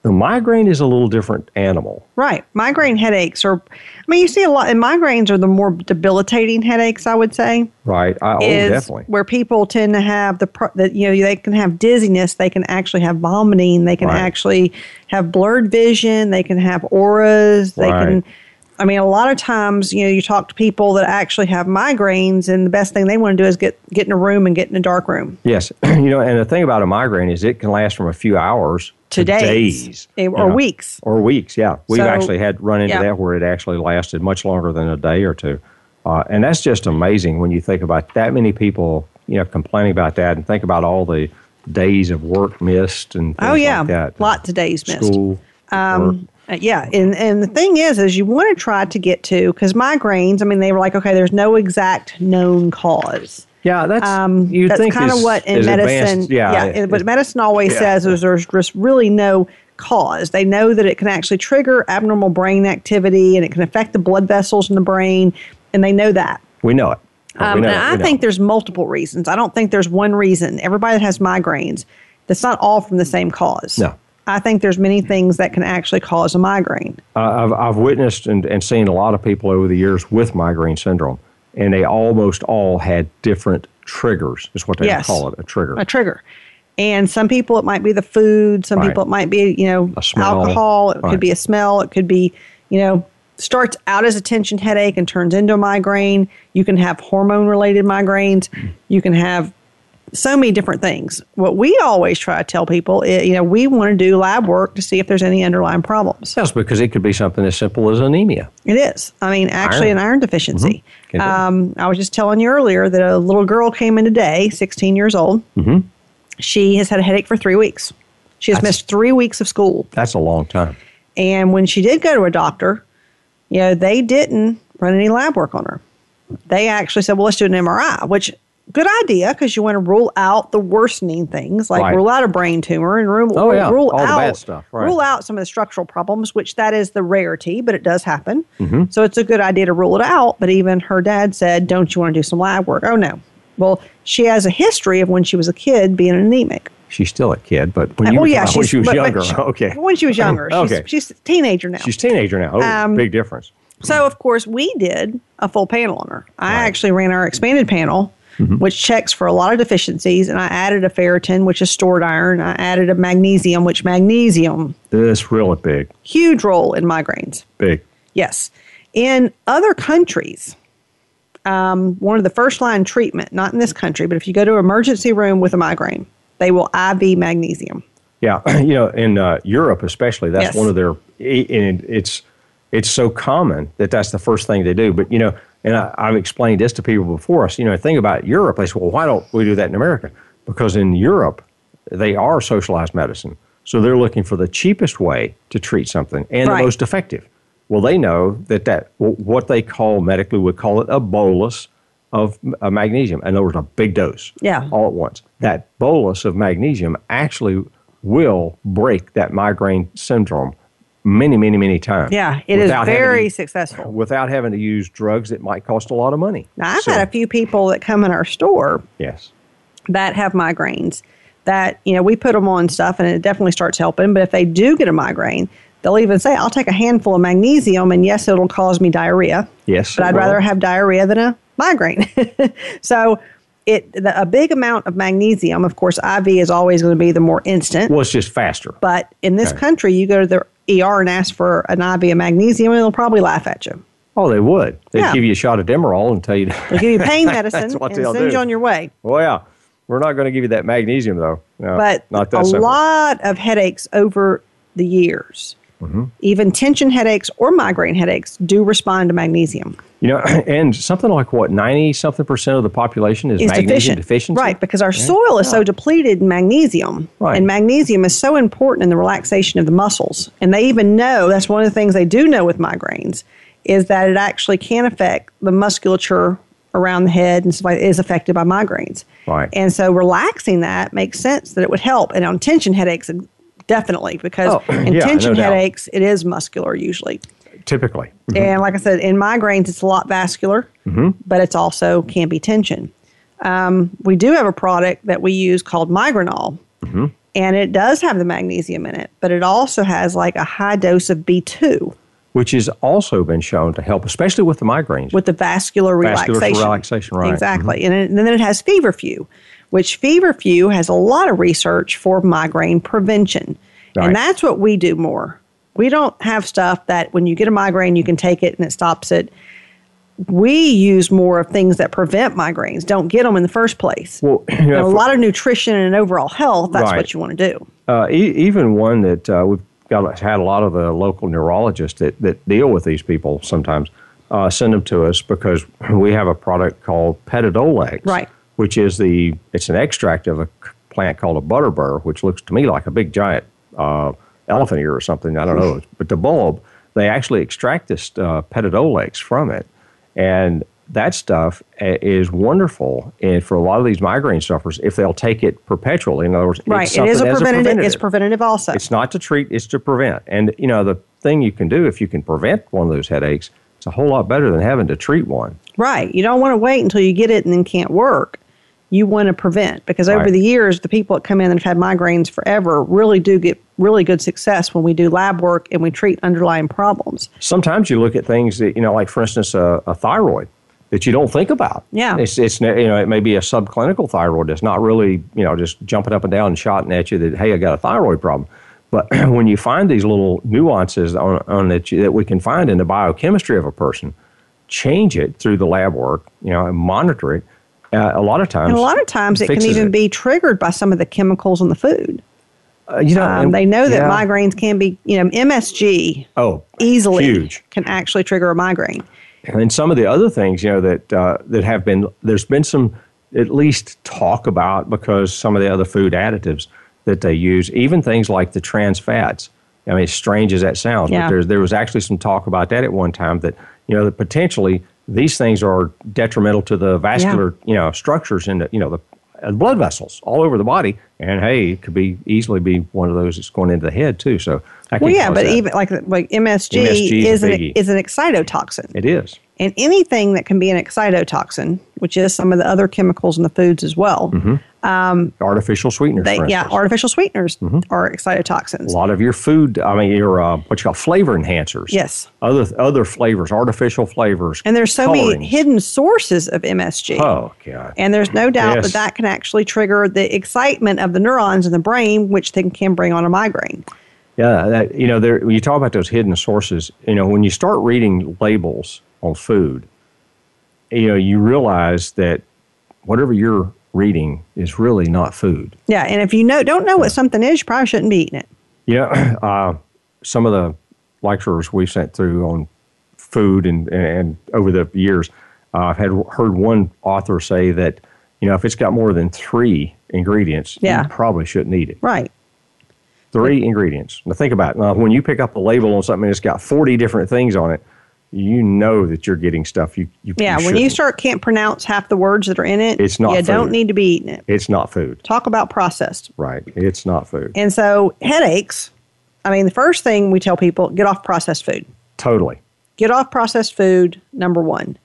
[SPEAKER 2] The migraine is a little different animal.
[SPEAKER 3] Right. Migraine headaches are I mean you see a lot and migraines are the more debilitating headaches I would say.
[SPEAKER 2] Right. I, oh,
[SPEAKER 3] is
[SPEAKER 2] definitely.
[SPEAKER 3] where people tend to have the, pro- the you know they can have dizziness they can actually have vomiting they can
[SPEAKER 2] Right.
[SPEAKER 3] actually have blurred vision they can have auras they
[SPEAKER 2] Right.
[SPEAKER 3] can i mean a lot of times you know you talk to people that actually have migraines and the best thing they want to do is get get in a room and get in a dark room
[SPEAKER 2] Yes. [CLEARS THROAT] you know, and the thing about a migraine is it can last from a few hours to,
[SPEAKER 3] Today,
[SPEAKER 2] days
[SPEAKER 3] or
[SPEAKER 2] you know.
[SPEAKER 3] weeks
[SPEAKER 2] or weeks. Yeah, we've
[SPEAKER 3] So-
[SPEAKER 2] actually had run into
[SPEAKER 3] yeah.
[SPEAKER 2] that where it actually lasted much longer than a day or two, uh, and that's just amazing when you think about that many people, you know, complaining about that, and think about all the days of work missed and things
[SPEAKER 3] oh yeah
[SPEAKER 2] like that.
[SPEAKER 3] lots of days missed
[SPEAKER 2] school. work.
[SPEAKER 3] Uh, yeah, and and the thing is, is you want to try to get to because migraines. I mean, they were like, okay, there's no exact known cause.
[SPEAKER 2] Yeah, that's
[SPEAKER 3] Um,
[SPEAKER 2] you
[SPEAKER 3] that's
[SPEAKER 2] think
[SPEAKER 3] kind of
[SPEAKER 2] is-
[SPEAKER 3] what in
[SPEAKER 2] is advanced-
[SPEAKER 3] medicine.
[SPEAKER 2] yeah,
[SPEAKER 3] and what
[SPEAKER 2] it-
[SPEAKER 3] medicine always says is there's just really no cause. They know that it can actually trigger abnormal brain activity and it can affect the blood vessels in the brain, and they know that.
[SPEAKER 2] we know it. Oh, We
[SPEAKER 3] Um,
[SPEAKER 2] know
[SPEAKER 3] and
[SPEAKER 2] it,
[SPEAKER 3] I
[SPEAKER 2] we know
[SPEAKER 3] think
[SPEAKER 2] it.
[SPEAKER 3] there's multiple reasons. I don't think there's one reason. Everybody that has migraines, that's not all from the same cause.
[SPEAKER 2] No.
[SPEAKER 3] I think there's many things that can actually cause a migraine.
[SPEAKER 2] Uh, I've, I've witnessed and, and seen a lot of people over the years with migraine syndrome, and they almost all had different triggers. Is what they
[SPEAKER 3] Yes.
[SPEAKER 2] call it, a trigger.
[SPEAKER 3] a trigger. And some people, it might be the food. Some
[SPEAKER 2] Right.
[SPEAKER 3] people, it might be you know
[SPEAKER 2] A smell.
[SPEAKER 3] alcohol. It
[SPEAKER 2] Right.
[SPEAKER 3] could be a smell. It could be you know starts out as a tension headache and turns into a migraine. You can have hormone related migraines. You can have so many different things. What we always try to tell people, is, you know, we want to do lab work to see if there's any underlying problems.
[SPEAKER 2] Yes, because it could be something as simple as anemia.
[SPEAKER 3] It is. I mean, actually,
[SPEAKER 2] Iron.
[SPEAKER 3] an iron deficiency.
[SPEAKER 2] Mm-hmm. Can do.
[SPEAKER 3] Um, I was just telling you earlier that a little girl came in today, 16 years old. Mm-hmm. She has had a headache for three weeks. She has missed three weeks of school.
[SPEAKER 2] That's a long time.
[SPEAKER 3] And when she did go to a doctor, you know, they didn't run any lab work on her. They actually said, well, let's do an MRI, which good idea because you want to rule out the worsening things like
[SPEAKER 2] Right.
[SPEAKER 3] rule out a brain tumor and rule,
[SPEAKER 2] Oh, yeah.
[SPEAKER 3] rule
[SPEAKER 2] All the
[SPEAKER 3] out
[SPEAKER 2] bad stuff, right.
[SPEAKER 3] rule out some of the structural problems, which that is the rarity, but it does happen.
[SPEAKER 2] Mm-hmm.
[SPEAKER 3] So it's a good idea to rule it out. But even her dad said, don't you want to do some lab work? Oh, no. Well, she has a history of when she was a kid being anemic.
[SPEAKER 2] She's still a kid, but when you
[SPEAKER 3] oh,
[SPEAKER 2] were
[SPEAKER 3] yeah.
[SPEAKER 2] talking- when
[SPEAKER 3] she's-
[SPEAKER 2] she was
[SPEAKER 3] but- but
[SPEAKER 2] younger, [LAUGHS]
[SPEAKER 3] she-
[SPEAKER 2] okay.
[SPEAKER 3] When she
[SPEAKER 2] [LAUGHS]
[SPEAKER 3] was younger.
[SPEAKER 2] okay.
[SPEAKER 3] She's, she's a teenager now.
[SPEAKER 2] She's teenager now. Oh,
[SPEAKER 3] Um,
[SPEAKER 2] big difference.
[SPEAKER 3] So of course we did a full panel on her. I actually ran our expanded panel,
[SPEAKER 2] Mm-hmm.
[SPEAKER 3] which checks for a lot of deficiencies, and I added a ferritin, which is stored iron. I added a magnesium, which magnesium
[SPEAKER 2] This really big,
[SPEAKER 3] huge role in migraines.
[SPEAKER 2] big.
[SPEAKER 3] Yes, in other countries, um, one of the first line treatment, not in this country, but if you go to an emergency room with a migraine, they will IV magnesium.
[SPEAKER 2] Yeah, [CLEARS THROAT] you know, in uh, Europe especially, that's
[SPEAKER 3] Yes.
[SPEAKER 2] one of their, i- and it's it's so common that that's the first thing they do. But you know, and I, I've explained this to people before us. You know, the thing about Europe, they say, well, why don't we do that in America? Because in Europe, they are socialized medicine, so they're looking for the cheapest way to treat something and
[SPEAKER 3] Right.
[SPEAKER 2] the most effective. Well, they know that that wh- what they call medically would call it a bolus of m- uh, magnesium. In other words, a big dose
[SPEAKER 3] Yeah.
[SPEAKER 2] all at once. That bolus of magnesium actually will break that migraine syndrome many, many, many times.
[SPEAKER 3] Yeah, it is
[SPEAKER 2] without having
[SPEAKER 3] very
[SPEAKER 2] to-
[SPEAKER 3] successful.
[SPEAKER 2] Without having to use drugs that might cost a lot of money.
[SPEAKER 3] Now I've
[SPEAKER 2] So-
[SPEAKER 3] had a few people that come in our store
[SPEAKER 2] Yes.
[SPEAKER 3] that have migraines that you know we put them on stuff and it definitely starts helping but if they do get a migraine they'll even say i'll take a handful of magnesium and yes it'll cause me diarrhea
[SPEAKER 2] Yes,
[SPEAKER 3] but
[SPEAKER 2] it
[SPEAKER 3] i'd rather
[SPEAKER 2] will.
[SPEAKER 3] have diarrhea than a migraine [LAUGHS] so it the, a big amount of magnesium of course iv is always going to be the more instant
[SPEAKER 2] Well, it's just faster.
[SPEAKER 3] but in this
[SPEAKER 2] Okay.
[SPEAKER 3] country you go to the er and ask for an iv of magnesium and they'll probably laugh at you
[SPEAKER 2] Oh, they would. They'd
[SPEAKER 3] Yeah.
[SPEAKER 2] give you a shot of Demerol and tell you,
[SPEAKER 3] they'll give you pain medicine
[SPEAKER 2] what
[SPEAKER 3] and
[SPEAKER 2] they'll
[SPEAKER 3] send
[SPEAKER 2] do.
[SPEAKER 3] you on your way
[SPEAKER 2] [LAUGHS] well, yeah, we're not going to give you that magnesium, though. No,
[SPEAKER 3] but
[SPEAKER 2] not that
[SPEAKER 3] a
[SPEAKER 2] simple.
[SPEAKER 3] lot of headaches over the years.
[SPEAKER 2] Mm-hmm.
[SPEAKER 3] Even tension headaches or migraine headaches do respond to magnesium.
[SPEAKER 2] You know, [CLEARS THROAT] and something like what, 90 something percent of the population is
[SPEAKER 3] It's
[SPEAKER 2] magnesium
[SPEAKER 3] deficient.
[SPEAKER 2] deficient.
[SPEAKER 3] Right, because our soil is so depleted in magnesium.
[SPEAKER 2] Right.
[SPEAKER 3] And magnesium is so important in the relaxation of the muscles. And they even know that's one of the things they do know with migraines is that it actually can affect the musculature around the head and stuff like is affected by migraines.
[SPEAKER 2] Right.
[SPEAKER 3] And so relaxing that makes sense that it would help. And on tension headaches, definitely, because
[SPEAKER 2] Oh, [CLEARS THROAT]
[SPEAKER 3] in
[SPEAKER 2] yeah, no
[SPEAKER 3] tension
[SPEAKER 2] doubt.
[SPEAKER 3] headaches, it is muscular usually.
[SPEAKER 2] Typically.
[SPEAKER 3] And like I said, in migraines, it's a lot vascular, but it's also can be tension. Um, we do have a product that we use called Migranol, and it does have the magnesium in it, but it also has like a high dose of B2
[SPEAKER 2] Which has also been shown to help, especially with the migraines.
[SPEAKER 3] with the vascular
[SPEAKER 2] Vascular
[SPEAKER 3] relaxation.
[SPEAKER 2] relaxation, right. Mm-hmm.
[SPEAKER 3] Exactly. And, it- and then it has Feverfew, which Feverfew has a lot of research for migraine prevention.
[SPEAKER 2] Right.
[SPEAKER 3] And that's what we do more. We don't have stuff that when you get a migraine, you can take it and it stops it. We use more of things that prevent migraines, don't get them in the first place.
[SPEAKER 2] Well, [CLEARS THROAT] you know,
[SPEAKER 3] And a
[SPEAKER 2] for-
[SPEAKER 3] lot of nutrition and overall health, that's
[SPEAKER 2] Right.
[SPEAKER 3] what you want to do.
[SPEAKER 2] uh, e- even one that uh, we've got had a lot of the local neurologists that, that deal with these people sometimes uh, send them to us because [CLEARS THROAT] we have a product called Petidolex,
[SPEAKER 3] Right.
[SPEAKER 2] Which is the it's an extract of a c- plant called a butterbur, which looks to me like a big giant uh, elephant ear or something. I don't know, but the bulb they actually extract this uh, Petidolex from it, and that stuff i- is wonderful and for a lot of these migraine sufferers if they'll take it perpetually in other words
[SPEAKER 3] Right.
[SPEAKER 2] it's
[SPEAKER 3] It is a
[SPEAKER 2] something as
[SPEAKER 3] preventative, It's preventative also.
[SPEAKER 2] it's not to treat, it's to prevent. And, you know, the thing you can do if you can prevent one of those headaches, it's a whole lot better than having to treat one.
[SPEAKER 3] Right. You don't want to wait until you get it and then can't work. You want to prevent because over
[SPEAKER 2] Right.
[SPEAKER 3] the years, the people that come in and have had migraines forever really do get really good success when we do lab work and we treat underlying problems.
[SPEAKER 2] Sometimes you look at things that, you know, like for instance, a, a thyroid. that you don't think about.
[SPEAKER 3] Yeah.
[SPEAKER 2] It's, it's, you know, it may be a subclinical thyroid that's not really, you know, just jumping up and down and shouting at you that, hey, I got a thyroid problem. But [CLEARS THROAT] when you find these little nuances on, on that, you, that we can find in the biochemistry of a person, change it through the lab work, you know, and monitor it. Uh, a lot of times,
[SPEAKER 3] And a lot of times it can
[SPEAKER 2] fixes
[SPEAKER 3] even be triggered by some of the chemicals in the food.
[SPEAKER 2] Uh, you know,
[SPEAKER 3] Um,
[SPEAKER 2] and-
[SPEAKER 3] they know that
[SPEAKER 2] yeah.
[SPEAKER 3] migraines can be, you know, MSG
[SPEAKER 2] oh
[SPEAKER 3] easily
[SPEAKER 2] huge.
[SPEAKER 3] can actually trigger a migraine.
[SPEAKER 2] and some of the other things you know that uh, that have been there's been some at least talk about because some of the other food additives that they use even things like the trans fats i mean as strange as that sounds
[SPEAKER 3] Yeah.
[SPEAKER 2] but there's, there was actually some talk about that at one time that you know that potentially these things are detrimental to the vascular you know structures in the you know the uh, blood vessels all over the body and hey it could be easily be one of those that's going into the head too so that
[SPEAKER 3] Well,
[SPEAKER 2] can
[SPEAKER 3] yeah,
[SPEAKER 2] cause
[SPEAKER 3] but
[SPEAKER 2] that.
[SPEAKER 3] even like like MSG,
[SPEAKER 2] MSG is a
[SPEAKER 3] is an
[SPEAKER 2] biggie.
[SPEAKER 3] is an excitotoxin,
[SPEAKER 2] it is
[SPEAKER 3] and anything that can be an excitotoxin, which is some of the other chemicals in the foods as well.
[SPEAKER 2] artificial sweeteners
[SPEAKER 3] They,
[SPEAKER 2] Mm-hmm. for
[SPEAKER 3] yeah,
[SPEAKER 2] instance.
[SPEAKER 3] artificial sweeteners are excitotoxins.
[SPEAKER 2] a lot of your food. I mean, your uh, what you call flavor enhancers.
[SPEAKER 3] Yes.
[SPEAKER 2] Other other flavors, artificial flavors.
[SPEAKER 3] And there's so many
[SPEAKER 2] colorings.
[SPEAKER 3] hidden sources of MSG.
[SPEAKER 2] Oh god.
[SPEAKER 3] And there's no doubt
[SPEAKER 2] Yes.
[SPEAKER 3] that that can actually trigger the excitement of the neurons in the brain, which then can bring on a migraine.
[SPEAKER 2] yeah, that, you know, there. When you talk about those hidden sources, you know, when you start reading labels on food, you know, you realize that whatever you're reading is really not food.
[SPEAKER 3] Yeah, and if you know don't know what something is, you probably shouldn't be eating it.
[SPEAKER 2] Yeah, [CLEARS THROAT] uh, some of the lecturers we've sent through on food and, and over the years, uh, I've had heard one author say that you know if it's got more than three ingredients,
[SPEAKER 3] Yeah.
[SPEAKER 2] you probably shouldn't eat it.
[SPEAKER 3] Right.
[SPEAKER 2] Three ingredients. Now think about it. Now, when you pick up a label on something that's got forty different things on it, you know that you're getting stuff you you
[SPEAKER 3] Yeah, when you
[SPEAKER 2] shouldn't.
[SPEAKER 3] start can't pronounce half the words that are in it,
[SPEAKER 2] It's not
[SPEAKER 3] you
[SPEAKER 2] food.
[SPEAKER 3] don't need to be eating it.
[SPEAKER 2] it's not food,
[SPEAKER 3] Talk about processed.
[SPEAKER 2] right? It's not food.
[SPEAKER 3] And so headaches, I mean, the first thing we tell people, get off processed food.
[SPEAKER 2] totally.
[SPEAKER 3] Get off processed food, number one.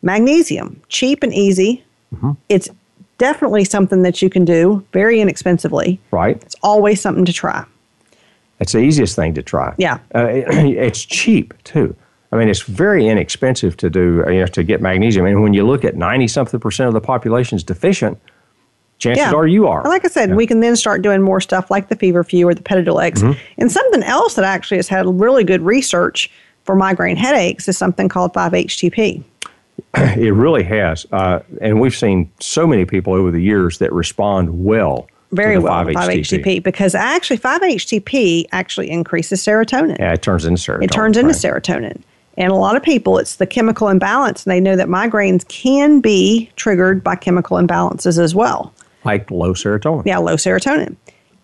[SPEAKER 3] Magnesium, cheap and easy.
[SPEAKER 2] Mm-hmm.
[SPEAKER 3] It's definitely something that you can do very inexpensively.
[SPEAKER 2] Right.
[SPEAKER 3] It's always something to try.
[SPEAKER 2] It's the easiest thing to try.
[SPEAKER 3] Yeah.
[SPEAKER 2] Uh, [CLEARS THROAT] it- it's cheap too. I mean, it's very inexpensive to do uh, you know, to get magnesium. And when you look at ninety something percent of the population is deficient, chances are you are.
[SPEAKER 3] And like I said, we can then start doing more stuff like the fever few or the petidil X.
[SPEAKER 2] Mm-hmm.
[SPEAKER 3] And something else that actually has had really good research for migraine headaches is something called 5-HTP.
[SPEAKER 2] [LAUGHS] it really has. Uh, and we've seen so many people over the years that respond well.
[SPEAKER 3] Very
[SPEAKER 2] to the
[SPEAKER 3] well,
[SPEAKER 2] 5-HTP.
[SPEAKER 3] 5-HTP, because actually 5-HTP actually increases serotonin.
[SPEAKER 2] Yeah, it turns into serotonin.
[SPEAKER 3] it turns into
[SPEAKER 2] right?
[SPEAKER 3] serotonin. And a lot of people, it's the chemical imbalance, and they know that migraines can be triggered by chemical imbalances as well.
[SPEAKER 2] like low serotonin.
[SPEAKER 3] Yeah, low serotonin.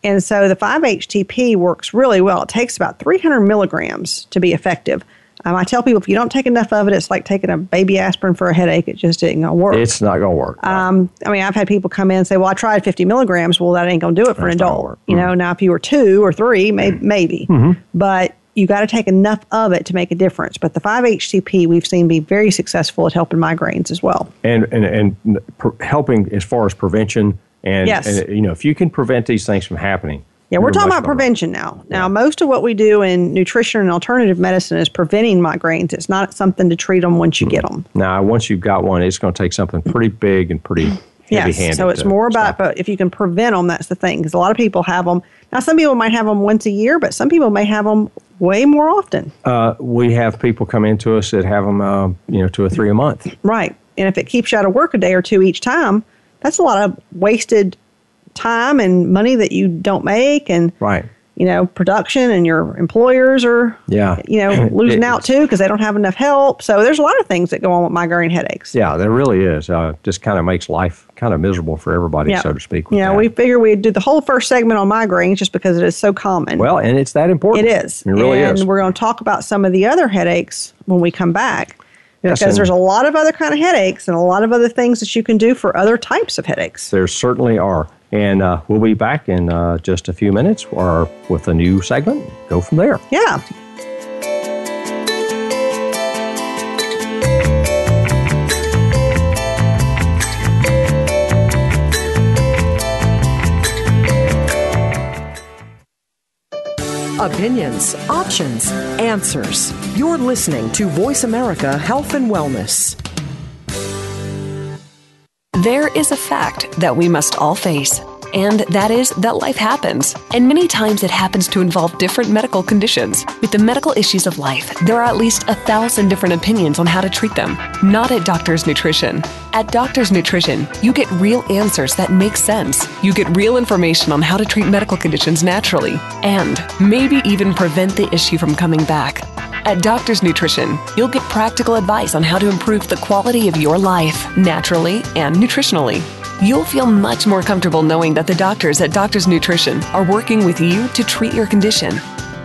[SPEAKER 3] And so the 5-HTP works really well. It takes about 300 milligrams to be effective. Um, I tell people if you don't take enough of it, it's like taking a baby aspirin for a headache. It just ain't gonna work.
[SPEAKER 2] It's not going to work.
[SPEAKER 3] um, I mean, I've had people come in and say, "Well, I tried 50 milligrams. Well, that ain't gonna do it for an
[SPEAKER 2] That's Mm-hmm. not
[SPEAKER 3] adult.
[SPEAKER 2] work.
[SPEAKER 3] You know, now if you were two or three, may- maybe,
[SPEAKER 2] Mm-hmm.
[SPEAKER 3] but you got to take enough of it to make a difference. But the 5-HTP we've seen be very successful at helping migraines as well.
[SPEAKER 2] and and and pre- helping as far as prevention and,
[SPEAKER 3] Yes.
[SPEAKER 2] and you know if you can prevent these things from happening.
[SPEAKER 3] Yeah, we're
[SPEAKER 2] you're
[SPEAKER 3] talking
[SPEAKER 2] much
[SPEAKER 3] about
[SPEAKER 2] better off.
[SPEAKER 3] prevention now. Now, most of what we do in nutrition and alternative medicine is preventing migraines. It's not something to treat them once you get them.
[SPEAKER 2] Now, once you've got one, it's going to take something pretty big and pretty heavy-handed.
[SPEAKER 3] Yes. So it's
[SPEAKER 2] to
[SPEAKER 3] more about,
[SPEAKER 2] stop
[SPEAKER 3] but if you can prevent them, that's the thing. Because a lot of people have them. Now, some people might have them once a year, but some people may have them way more often.
[SPEAKER 2] it. Uh, We have people come into us that have them, uh, you know, two or three a month.
[SPEAKER 3] right. And if it keeps you out of work a day or two each time, that's a lot of wasted time and money that you don't make. And
[SPEAKER 2] Right.
[SPEAKER 3] you know, production and your employers are,
[SPEAKER 2] Yeah.
[SPEAKER 3] you know, losing
[SPEAKER 2] It-
[SPEAKER 3] out too because they don't have enough help. So there's a lot of things that go on with migraine headaches.
[SPEAKER 2] Yeah, there really is. Uh, just kind of makes life kind of miserable for everybody,
[SPEAKER 3] Yeah.
[SPEAKER 2] so to speak. with
[SPEAKER 3] You know,
[SPEAKER 2] that.
[SPEAKER 3] we figure we'd do the whole first segment on migraines just because it is so common.
[SPEAKER 2] well, and it's that important.
[SPEAKER 3] it is.
[SPEAKER 2] It really
[SPEAKER 3] and
[SPEAKER 2] is.
[SPEAKER 3] we're going to talk about some of the other headaches when we come back
[SPEAKER 2] Yes,
[SPEAKER 3] because
[SPEAKER 2] and-
[SPEAKER 3] there's a lot of other kind of headaches and a lot of other things that you can do for other types of headaches.
[SPEAKER 2] There certainly are. And uh, we'll be back in uh, just a few minutes or with a new segment. Go from there.
[SPEAKER 3] Yeah.
[SPEAKER 4] Opinions, options, answers. You're listening to Voice America Health and Wellness.
[SPEAKER 5] There is a fact that we must all face, and that is that life happens. And many times it happens to involve different medical conditions. With the medical issues of life, there are at least a thousand different opinions on how to treat them, not at Doctors Nutrition. At Doctors Nutrition, you get real answers that make sense. You get real information on how to treat medical conditions naturally, and maybe even prevent the issue from coming back. At Doctors Nutrition, you'll get practical advice on how to improve the quality of your life naturally and nutritionally. You'll feel much more comfortable knowing that the doctors at Doctors Nutrition are working with you to treat your condition.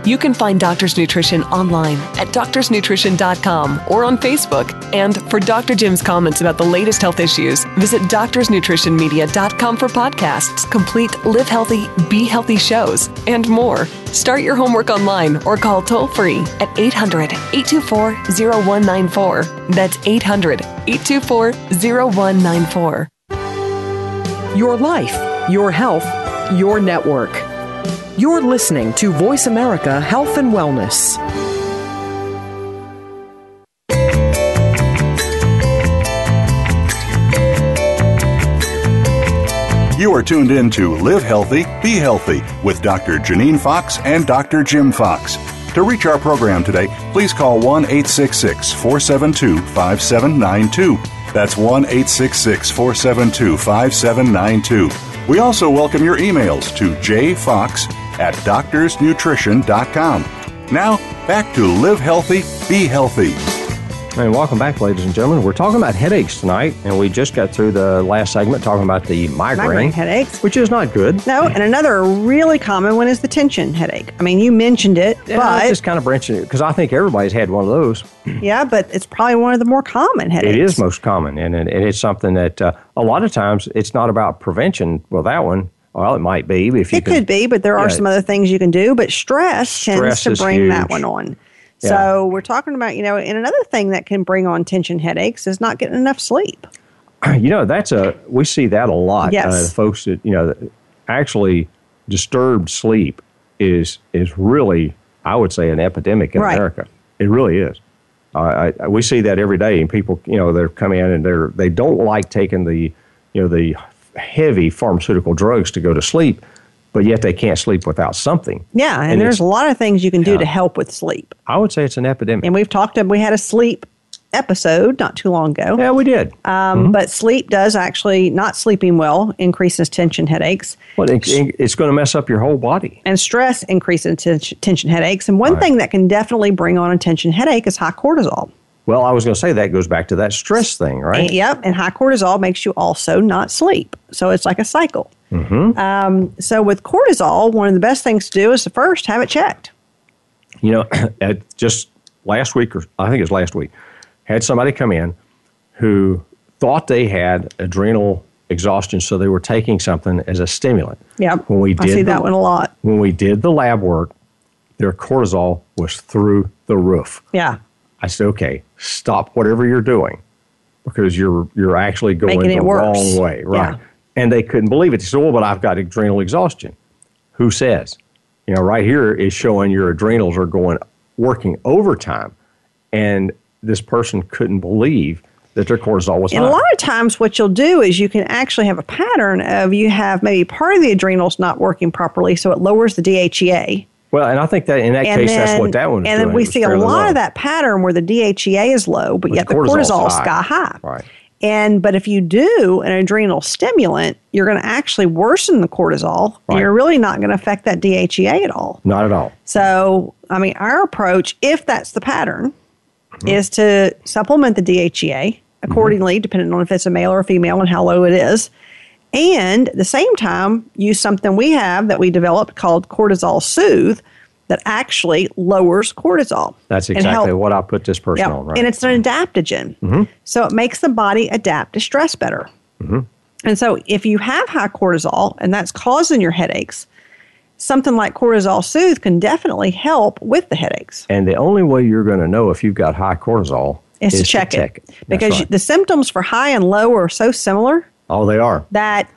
[SPEAKER 5] You can find Doctors Nutrition online at doctorsnutrition.com or on Facebook. And for Dr. Jim's comments about the latest health issues, visit doctorsnutritionmedia.com for podcasts, complete Live Healthy, Be Healthy shows, and more. Start your homework online or call toll free at 800 824 0194. That's 800 824 0194.
[SPEAKER 4] Your life, your health, your network. You're listening to Voice America Health and Wellness.
[SPEAKER 1] You are tuned in to Live Healthy, Be Healthy with Dr. Janine Fox and Dr. Jim Fox. To reach our program today, please call 1 866 472 5792. That's 1 866 472 5792. We also welcome your emails to jfox at doctorsnutrition.com. Now, back to Live Healthy, Be Healthy.
[SPEAKER 2] And welcome back, ladies and gentlemen. We're talking about headaches tonight, and we just got through the last segment talking about the migraine,
[SPEAKER 3] Migraine headaches.
[SPEAKER 2] which is not good.
[SPEAKER 3] No, and another really common one is the tension headache. I mean, you mentioned it,
[SPEAKER 2] Yeah,
[SPEAKER 3] but
[SPEAKER 2] it's just kind of branching it because I think everybody's had one of those.
[SPEAKER 3] yeah, but it's probably one of the more common headaches.
[SPEAKER 2] It is most common, and it, and it's something that uh, a lot of times it's not about prevention. Well, that one, well, it might be if you
[SPEAKER 3] It
[SPEAKER 2] can-
[SPEAKER 3] could be, but there are
[SPEAKER 2] Yeah.
[SPEAKER 3] some other things you can do. But stress,
[SPEAKER 2] Stress
[SPEAKER 3] tends to
[SPEAKER 2] is
[SPEAKER 3] bring
[SPEAKER 2] huge.
[SPEAKER 3] that one on.
[SPEAKER 2] Yeah.
[SPEAKER 3] So we're talking about, you know, and another thing that can bring on tension headaches is not getting enough sleep.
[SPEAKER 2] [CLEARS THROAT] You know, that's a we see that a lot. Uh,
[SPEAKER 3] Yes.
[SPEAKER 2] folks that you know that actually disturbed sleep is is really I would say an epidemic in
[SPEAKER 3] Right.
[SPEAKER 2] America. It really is. Uh, I, I, we see that every day, and people you know they're coming in and they're they don't like taking the you know the heavy pharmaceutical drugs to go to sleep, but yet they can't sleep without something.
[SPEAKER 3] Yeah, and,
[SPEAKER 2] And
[SPEAKER 3] there's
[SPEAKER 2] it's-
[SPEAKER 3] a lot of things you can do to help with sleep.
[SPEAKER 2] I would say it's an epidemic.
[SPEAKER 3] And we've talked, we had a sleep episode not too long ago.
[SPEAKER 2] yeah, Mm-hmm. we did.
[SPEAKER 3] Um, But sleep does actually, not sleeping well increases tension headaches.
[SPEAKER 2] well, it, it- it's going to mess up your whole body.
[SPEAKER 3] and stress increases tension, tension headaches. And one thing that can definitely bring on a tension headache is high cortisol.
[SPEAKER 2] Well, I was going to say that goes back to that stress thing, right?
[SPEAKER 3] And- yep, and high cortisol makes you also not sleep. So it's like a cycle.
[SPEAKER 2] Mm-hmm.
[SPEAKER 3] Um, so with cortisol, one of the best things to do is to first have it checked.
[SPEAKER 2] you know, [CLEARS THROAT] at just last week, or I think it was last week, had somebody come in who thought they had adrenal exhaustion, so they were taking something as a stimulant.
[SPEAKER 3] Yep,
[SPEAKER 2] When we
[SPEAKER 3] I
[SPEAKER 2] did
[SPEAKER 3] see
[SPEAKER 2] the-
[SPEAKER 3] that one a lot.
[SPEAKER 2] When we did the lab work, their cortisol was through the roof.
[SPEAKER 3] Yeah,
[SPEAKER 2] I said, okay, stop whatever you're doing because you're you're actually going
[SPEAKER 3] Making it
[SPEAKER 2] the
[SPEAKER 3] worse.
[SPEAKER 2] wrong way, right?
[SPEAKER 3] Yeah.
[SPEAKER 2] And they couldn't believe it. They said, "Well, but I've got adrenal exhaustion." Who says? You know, right here is showing your adrenals are going working overtime, and this person couldn't believe that their cortisol was
[SPEAKER 3] and a
[SPEAKER 2] high.
[SPEAKER 3] lot of times, what you'll do is you can actually have a pattern of you have maybe part of the adrenals not working properly, so it lowers the E DHEA.
[SPEAKER 2] well, and I think that in that case, that's what that one. was
[SPEAKER 3] and then
[SPEAKER 2] doing.
[SPEAKER 3] we
[SPEAKER 2] It was
[SPEAKER 3] see a
[SPEAKER 2] fairly
[SPEAKER 3] lot
[SPEAKER 2] low.
[SPEAKER 3] of that pattern where the DHEA is low, but,
[SPEAKER 2] But
[SPEAKER 3] yet
[SPEAKER 2] the
[SPEAKER 3] the
[SPEAKER 2] cortisol's
[SPEAKER 3] cortisol is
[SPEAKER 2] high.
[SPEAKER 3] sky high.
[SPEAKER 2] Right.
[SPEAKER 3] And but if you do an adrenal stimulant, you're going to actually worsen the cortisol, and
[SPEAKER 2] Right.
[SPEAKER 3] you're really not going to affect that DHEA at all.
[SPEAKER 2] Not at all.
[SPEAKER 3] So, I mean, our approach, if that's the pattern,
[SPEAKER 2] Mm-hmm.
[SPEAKER 3] is to supplement the DHEA accordingly, depending on if it's a male or a female and how low it is. And at the same time, use something we have that we developed called Cortisol Soothe that actually lowers cortisol.
[SPEAKER 2] That's
[SPEAKER 3] and
[SPEAKER 2] exactly
[SPEAKER 3] help-
[SPEAKER 2] what I put this person
[SPEAKER 3] yeah,
[SPEAKER 2] on. Right. Mm-hmm.
[SPEAKER 3] And it's an adaptogen. So it makes the body adapt to stress better.
[SPEAKER 2] Mm-hmm.
[SPEAKER 3] And so if you have high cortisol and that's causing your headaches, something like cortisol soothe can definitely help with the headaches.
[SPEAKER 2] and the only way you're going to know if you've got high cortisol
[SPEAKER 3] Is, to
[SPEAKER 2] to
[SPEAKER 3] check, it.
[SPEAKER 2] That's
[SPEAKER 3] Because
[SPEAKER 2] right.
[SPEAKER 3] the symptoms for high and low are so similar
[SPEAKER 2] oh, they are.
[SPEAKER 3] that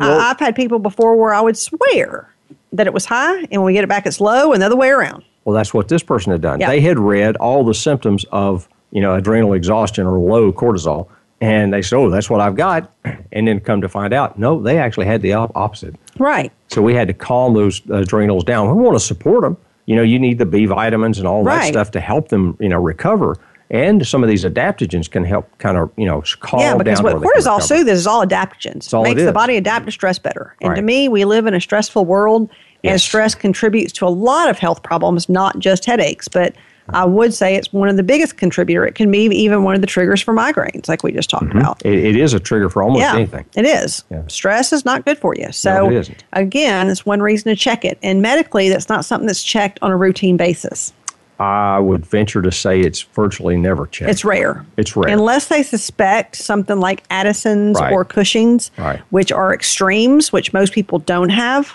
[SPEAKER 2] Well-
[SPEAKER 3] I, I've had people before where I would swear that it was high and when we get it back it's low and the other way around.
[SPEAKER 2] Well, that's what this person had done.
[SPEAKER 3] Yeah.
[SPEAKER 2] They had read all the symptoms of you know adrenal exhaustion or low cortisol, And they said, "Oh, that's what I've got," [CLEARS THROAT] and then come to find out, no, they actually had the op- opposite.
[SPEAKER 3] Right.
[SPEAKER 2] So we had to calm those adrenals down. We want to support them. You know, you need the B vitamins and all that
[SPEAKER 3] Right.
[SPEAKER 2] stuff to help them, you know, recover. And some of these adaptogens can help kind of, you know, s- calm
[SPEAKER 3] yeah, because
[SPEAKER 2] down. where they
[SPEAKER 3] what
[SPEAKER 2] can
[SPEAKER 3] cortisol
[SPEAKER 2] recover.
[SPEAKER 3] soothes is all adaptogens.
[SPEAKER 2] all it
[SPEAKER 3] Makes the
[SPEAKER 2] is.
[SPEAKER 3] body adapt to stress better. And to
[SPEAKER 2] Right.
[SPEAKER 3] me, we live in a stressful world, and
[SPEAKER 2] Yes.
[SPEAKER 3] stress contributes to a lot of health problems, not just headaches. But I would say it's one of the biggest contributor. It can be even one of the triggers for migraines, like we just talked about.
[SPEAKER 2] Mm-hmm. It, it is a trigger for almost
[SPEAKER 3] yeah,
[SPEAKER 2] anything.
[SPEAKER 3] it is.
[SPEAKER 2] Yeah.
[SPEAKER 3] Stress is not good for you. So
[SPEAKER 2] it isn't.
[SPEAKER 3] again, it's one reason to check it. And medically, that's not something that's checked on a routine basis.
[SPEAKER 2] I would venture to say it's virtually never checked.
[SPEAKER 3] It's rare.
[SPEAKER 2] It's rare.
[SPEAKER 3] Unless they suspect something like Addison's
[SPEAKER 2] Right.
[SPEAKER 3] or Cushing's,
[SPEAKER 2] Right.
[SPEAKER 3] which are extremes, which most people don't have.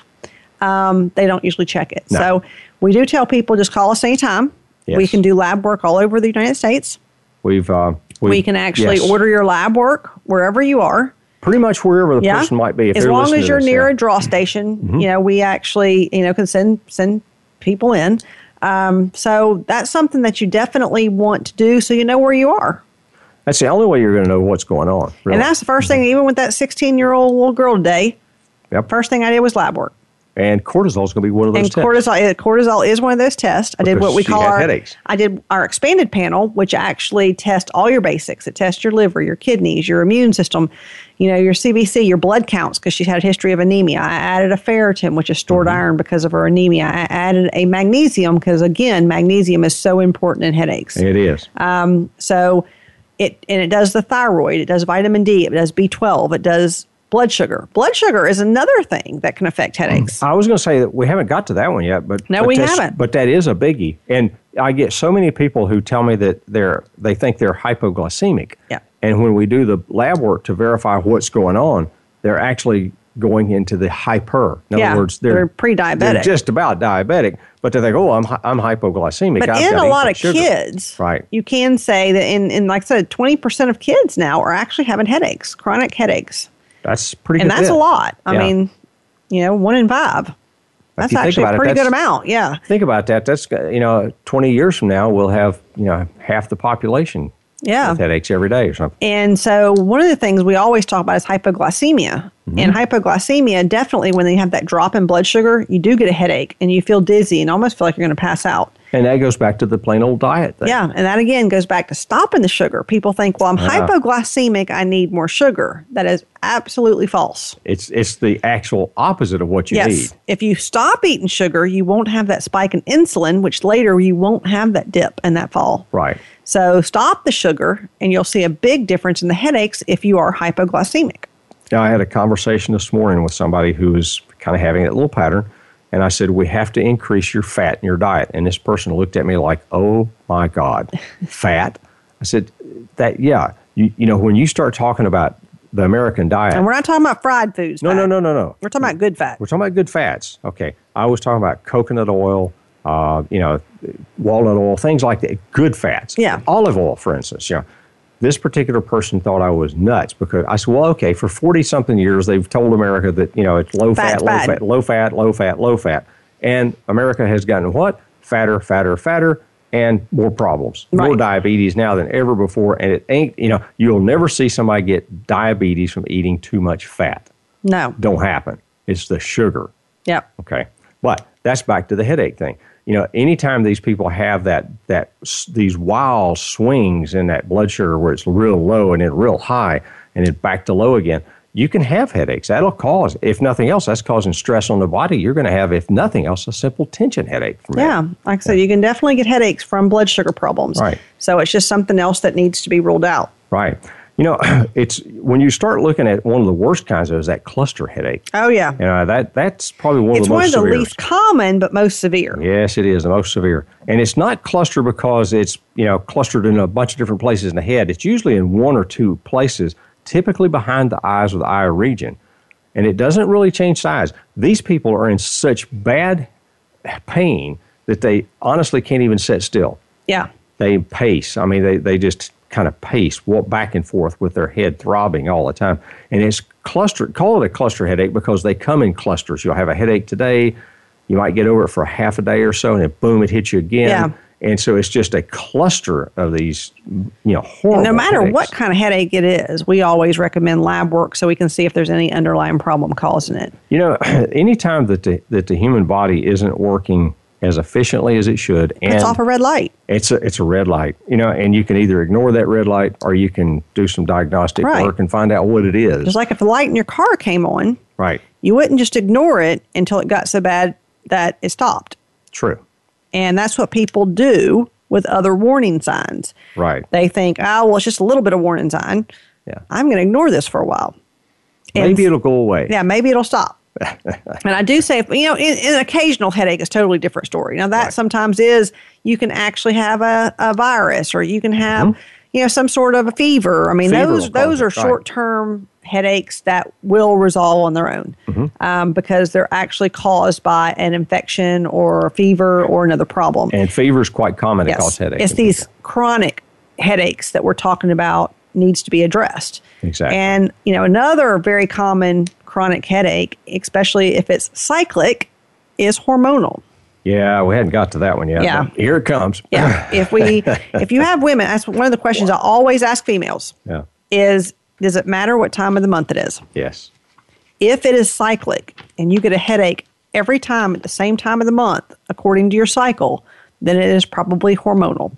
[SPEAKER 3] Um, they don't usually check it.
[SPEAKER 2] No.
[SPEAKER 3] So we do tell people just call us anytime. We
[SPEAKER 2] Yes.
[SPEAKER 3] can do lab work all over the United States.
[SPEAKER 2] We've, uh, we've
[SPEAKER 3] We can actually
[SPEAKER 2] yes.
[SPEAKER 3] order your lab work wherever you are.
[SPEAKER 2] pretty much wherever the
[SPEAKER 3] Yeah.
[SPEAKER 2] person might be. If
[SPEAKER 3] as
[SPEAKER 2] they're
[SPEAKER 3] long
[SPEAKER 2] listening
[SPEAKER 3] as
[SPEAKER 2] to
[SPEAKER 3] you're
[SPEAKER 2] this,
[SPEAKER 3] near
[SPEAKER 2] yeah. Mm-hmm.
[SPEAKER 3] a draw station, you know, we actually, you know, can send send people in. Um, so that's something that you definitely want to do so you know where you are.
[SPEAKER 2] That's the only way you're going to know what's going on. Really. Mm-hmm.
[SPEAKER 3] And that's the first thing, even with that 16 year old little girl today,
[SPEAKER 2] Yep.
[SPEAKER 3] first thing I did was lab work.
[SPEAKER 2] and cortisol is going to be one of those
[SPEAKER 3] And
[SPEAKER 2] tests.
[SPEAKER 3] cortisol, eh, cortisol is one of those tests. I did
[SPEAKER 2] Because
[SPEAKER 3] what we
[SPEAKER 2] she
[SPEAKER 3] call
[SPEAKER 2] had
[SPEAKER 3] our
[SPEAKER 2] headaches.
[SPEAKER 3] I did our expanded panel, which actually tests all your basics. It tests your liver, your kidneys, your immune system, you know, your CBC, your blood counts because she had a history of anemia. I added a ferritin, which is stored
[SPEAKER 2] Mm-hmm.
[SPEAKER 3] iron because of her anemia. I added a magnesium because again, magnesium is so important in headaches.
[SPEAKER 2] It is.
[SPEAKER 3] Uh, So it and it does the thyroid, it does vitamin D, it does B12, it does blood sugar. Blood sugar is another thing that can affect headaches.
[SPEAKER 2] Mm, I was going to say that we haven't got to that one yet, but
[SPEAKER 3] No,
[SPEAKER 2] but
[SPEAKER 3] we
[SPEAKER 2] that's-
[SPEAKER 3] haven't.
[SPEAKER 2] But that is a biggie, and I get so many people who tell me that they're they think they're hypoglycemic.
[SPEAKER 3] Yeah.
[SPEAKER 2] And when we do the lab work to verify what's going on, they're actually going into the hyper. In
[SPEAKER 3] Yeah,
[SPEAKER 2] other words, they're,
[SPEAKER 3] they're pre-diabetic.
[SPEAKER 2] they're just about diabetic, but they think, oh, I'm hy- I'm hypoglycemic.
[SPEAKER 3] But
[SPEAKER 2] I've
[SPEAKER 3] in
[SPEAKER 2] got
[SPEAKER 3] a lot
[SPEAKER 2] instant
[SPEAKER 3] of
[SPEAKER 2] sugar."
[SPEAKER 3] kids,
[SPEAKER 2] Right.
[SPEAKER 3] you can say that in, in like I said, twenty percent of kids now are actually having headaches, chronic headaches.
[SPEAKER 2] That's pretty.
[SPEAKER 3] And
[SPEAKER 2] good
[SPEAKER 3] that's a
[SPEAKER 2] bit.
[SPEAKER 3] lot. I
[SPEAKER 2] Yeah.
[SPEAKER 3] mean, you know, one in five. That's
[SPEAKER 2] you think
[SPEAKER 3] actually
[SPEAKER 2] about
[SPEAKER 3] a
[SPEAKER 2] it,
[SPEAKER 3] pretty good
[SPEAKER 2] that's-
[SPEAKER 3] amount. Yeah.
[SPEAKER 2] Think about that. That's uh, you know, 20 years from now, we'll have you know half the population
[SPEAKER 3] Yeah.
[SPEAKER 2] with headaches every day or something.
[SPEAKER 3] And so, one of the things we always talk about is hypoglycemia.
[SPEAKER 2] Mm-hmm.
[SPEAKER 3] And hypoglycemia, definitely when they have that drop in blood sugar, you do get a headache and you feel dizzy and almost feel like you're going to pass out.
[SPEAKER 2] And that goes back to the plain old diet thing.
[SPEAKER 3] Yeah. And that again goes back to stopping the sugar. People think, well, I'm
[SPEAKER 2] Yeah.
[SPEAKER 3] hypoglycemic, I need more sugar. That is absolutely false.
[SPEAKER 2] It's it's the actual opposite of what you
[SPEAKER 3] yes.
[SPEAKER 2] need.
[SPEAKER 3] If you stop eating sugar, you won't have that spike in insulin, which later you won't have that dip and that fall.
[SPEAKER 2] Right.
[SPEAKER 3] So, stop the sugar and you'll see a big difference in the headaches if you are hypoglycemic.
[SPEAKER 2] Now I had a conversation this morning with somebody who was kind of having that little pattern, and I said we have to increase your fat in your diet. And this person looked at me like, "Oh my
[SPEAKER 3] [LAUGHS]
[SPEAKER 2] God, fat." I said, "That yeah, you, you know when you start talking about the American diet,
[SPEAKER 3] And we're not talking about fried foods.
[SPEAKER 2] no,
[SPEAKER 3] fat.
[SPEAKER 2] no, no, no, no,
[SPEAKER 3] We're talking about good fat.
[SPEAKER 2] We're talking about good fats. Okay. I was talking about coconut oil, uh, you know, walnut oil, things like that. Good fats.
[SPEAKER 3] Yeah.
[SPEAKER 2] Olive oil, for instance. You know, this particular person thought I was nuts because I said, well, okay, for 40 something years, they've told America that, you know, it's low fat,
[SPEAKER 3] Fat's
[SPEAKER 2] low
[SPEAKER 3] bad.
[SPEAKER 2] fat, low fat, low fat, low fat. And America has gotten what? Fatter, fatter, fatter, and more problems. More
[SPEAKER 3] Right.
[SPEAKER 2] diabetes now than ever before. And it ain't, you know, you'll never see somebody get diabetes from eating too much fat
[SPEAKER 3] No.
[SPEAKER 2] don't happen. It's the sugar.
[SPEAKER 3] Yep.
[SPEAKER 2] Okay. But that's back to the headache thing. You know, anytime these people have that that s- these wild swings in that blood sugar where it's real low and then real high and then back to low again, you can have headaches. That'll cause, if nothing else, that's causing stress on the body. You're going to have, if nothing else, a simple tension headache from
[SPEAKER 3] Yeah.
[SPEAKER 2] it.
[SPEAKER 3] Like I said, you can definitely get headaches from blood sugar problems.
[SPEAKER 2] Right.
[SPEAKER 3] So it's just something else that needs to be ruled out.
[SPEAKER 2] Right. You know, [CLEARS THROAT] it's when you start looking at one of the worst kinds of is that cluster headache.
[SPEAKER 3] Oh, yeah.
[SPEAKER 2] You know, that that's probably one
[SPEAKER 3] it's
[SPEAKER 2] of the
[SPEAKER 3] one
[SPEAKER 2] most
[SPEAKER 3] of the
[SPEAKER 2] severe.
[SPEAKER 3] least common, but most severe.
[SPEAKER 2] Yes, it is the most severe, and it's not cluster because it's you know clustered in a bunch of different places in the head. It's usually in one or two places, typically behind the eyes or the eye region, and it doesn't really change size. These people are in such bad pain that they honestly can't even sit still.
[SPEAKER 3] Yeah.
[SPEAKER 2] They pace. I mean, they they just kind of pace, walk back and forth with their head throbbing all the time, and it's cluster. Call it a cluster headache because they come in clusters. You'll have a headache today, you might get over it for half a day or so, and then boom, it hits you again.
[SPEAKER 3] Yeah.
[SPEAKER 2] And so it's just a cluster of these, you know, horrible.
[SPEAKER 3] And no matter
[SPEAKER 2] headaches.
[SPEAKER 3] what kind of headache it is, we always recommend lab work so we can see if there's any underlying problem causing it.
[SPEAKER 2] You know, [CLEARS THROAT] anytime that the, that the human body isn't working as efficiently as it should, and
[SPEAKER 3] It's off a red light.
[SPEAKER 2] it's a, it's a red light, you know, and you can either ignore that red light or you can do some diagnostic
[SPEAKER 3] Right.
[SPEAKER 2] work and find out what it is.
[SPEAKER 3] It's like if the light in your car came on,
[SPEAKER 2] right.
[SPEAKER 3] you wouldn't just ignore it until it got so bad that it stopped.
[SPEAKER 2] True.
[SPEAKER 3] And that's what people do with other warning signs.
[SPEAKER 2] Right.
[SPEAKER 3] They think, oh, well, it's just a little bit of warning sign.
[SPEAKER 2] Yeah.
[SPEAKER 3] I'm going to ignore this for a while. And-
[SPEAKER 2] Maybe it'll go away.
[SPEAKER 3] Yeah, maybe
[SPEAKER 2] [LAUGHS]
[SPEAKER 3] it'll stop. and I do say, if, you know, in, in an occasional headache is a totally different story. Now, that sometimes is you can actually have a, a virus or you can have, you know, some sort of a fever. I mean,
[SPEAKER 2] Mm-hmm. Fever will
[SPEAKER 3] those
[SPEAKER 2] cause
[SPEAKER 3] those
[SPEAKER 2] it,
[SPEAKER 3] are
[SPEAKER 2] right.
[SPEAKER 3] short term headaches that will resolve on their own
[SPEAKER 2] Mm-hmm.
[SPEAKER 3] um, because they're actually caused by an infection or a fever or another problem.
[SPEAKER 2] And fever is quite common. It
[SPEAKER 3] yes.
[SPEAKER 2] causes headaches.
[SPEAKER 3] It's these chronic headaches that we're talking about needs to be addressed.
[SPEAKER 2] Exactly.
[SPEAKER 3] And you know, another very common chronic headache, especially if it's cyclic,
[SPEAKER 2] [SIGHS]
[SPEAKER 3] is hormonal.
[SPEAKER 2] yeah, we hadn't got to that one yet.
[SPEAKER 3] Yeah.
[SPEAKER 2] but Here it comes.
[SPEAKER 3] Yeah. if we if you have women, that's one of the questions I always ask females
[SPEAKER 2] [CLEARS THROAT] yeah.
[SPEAKER 3] is does it matter what time of the month it is?
[SPEAKER 2] Yes.
[SPEAKER 3] If it is cyclic and you get a headache every time at the same time of the month according to your cycle, then it is probably hormonal.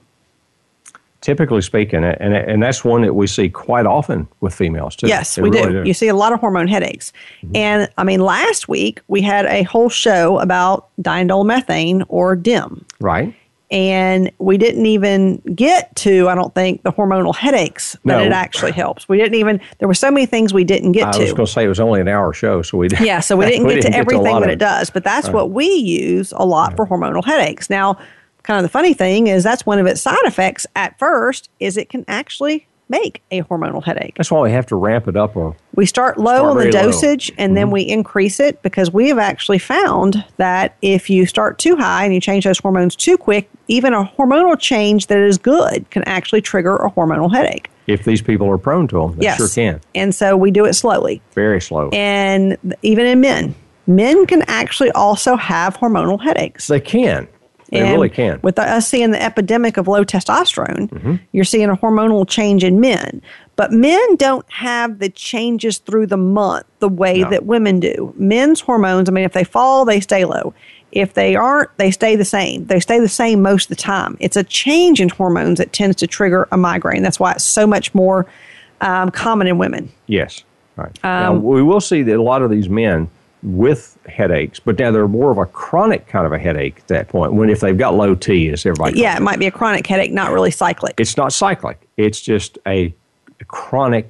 [SPEAKER 2] Typically speaking, and and that's one that we see quite often with females too.
[SPEAKER 3] Yes,
[SPEAKER 2] They
[SPEAKER 3] we
[SPEAKER 2] really Mm-hmm.
[SPEAKER 3] do. You see a lot of hormone headaches. And I mean, last week we had a whole show about dinolmethane or DIM.
[SPEAKER 2] right.
[SPEAKER 3] and we didn't even get to i don't think the hormonal headaches that
[SPEAKER 2] No.
[SPEAKER 3] it actually helps we didn't even there were so many things we didn't get
[SPEAKER 2] I
[SPEAKER 3] to
[SPEAKER 2] was going to say it was only an hour show, so [LAUGHS] we didn't.
[SPEAKER 3] yeah so we didn't get to
[SPEAKER 2] a
[SPEAKER 3] everything
[SPEAKER 2] lot
[SPEAKER 3] that
[SPEAKER 2] of
[SPEAKER 3] it does but that's what we use a lot for hormonal headaches now kind of the funny thing is that's one of its side effects at first is it can actually make a hormonal headache
[SPEAKER 2] That's why we have to ramp it up. Or
[SPEAKER 3] we start low
[SPEAKER 2] Start
[SPEAKER 3] on the
[SPEAKER 2] very low. Mm-hmm.
[SPEAKER 3] dosage and then we increase it because we have actually found that if you start too high and you change those hormones too quick, even a hormonal change that is good can actually trigger a hormonal headache.
[SPEAKER 2] if these people are prone to them, they
[SPEAKER 3] yes.
[SPEAKER 2] sure can.
[SPEAKER 3] And so we do it slowly.
[SPEAKER 2] Very slow.
[SPEAKER 3] And th- even in men, men can actually also have hormonal headaches.
[SPEAKER 2] they can. They
[SPEAKER 3] And
[SPEAKER 2] really can. Mm-hmm.
[SPEAKER 3] With us seeing the epidemic of low testosterone, you're seeing a hormonal change in men. But men don't have the changes through the month the way
[SPEAKER 2] No.
[SPEAKER 3] that women do. Men's hormones, I mean, if they fall, they stay low. If they aren't, they stay the same. They stay the same most of the time. It's a change in hormones that tends to trigger a migraine. That's why it's so much more um, common in women.
[SPEAKER 2] Yes. Right. now,
[SPEAKER 3] um,
[SPEAKER 2] we will see that a lot of these men with headaches, but now they're more of a chronic kind of a headache at that point. When if they've got low T, as everybody,
[SPEAKER 3] Yeah,
[SPEAKER 2] calls
[SPEAKER 3] it might be a chronic headache, not really cyclic.
[SPEAKER 2] it. it's not cyclic. It's just a chronic,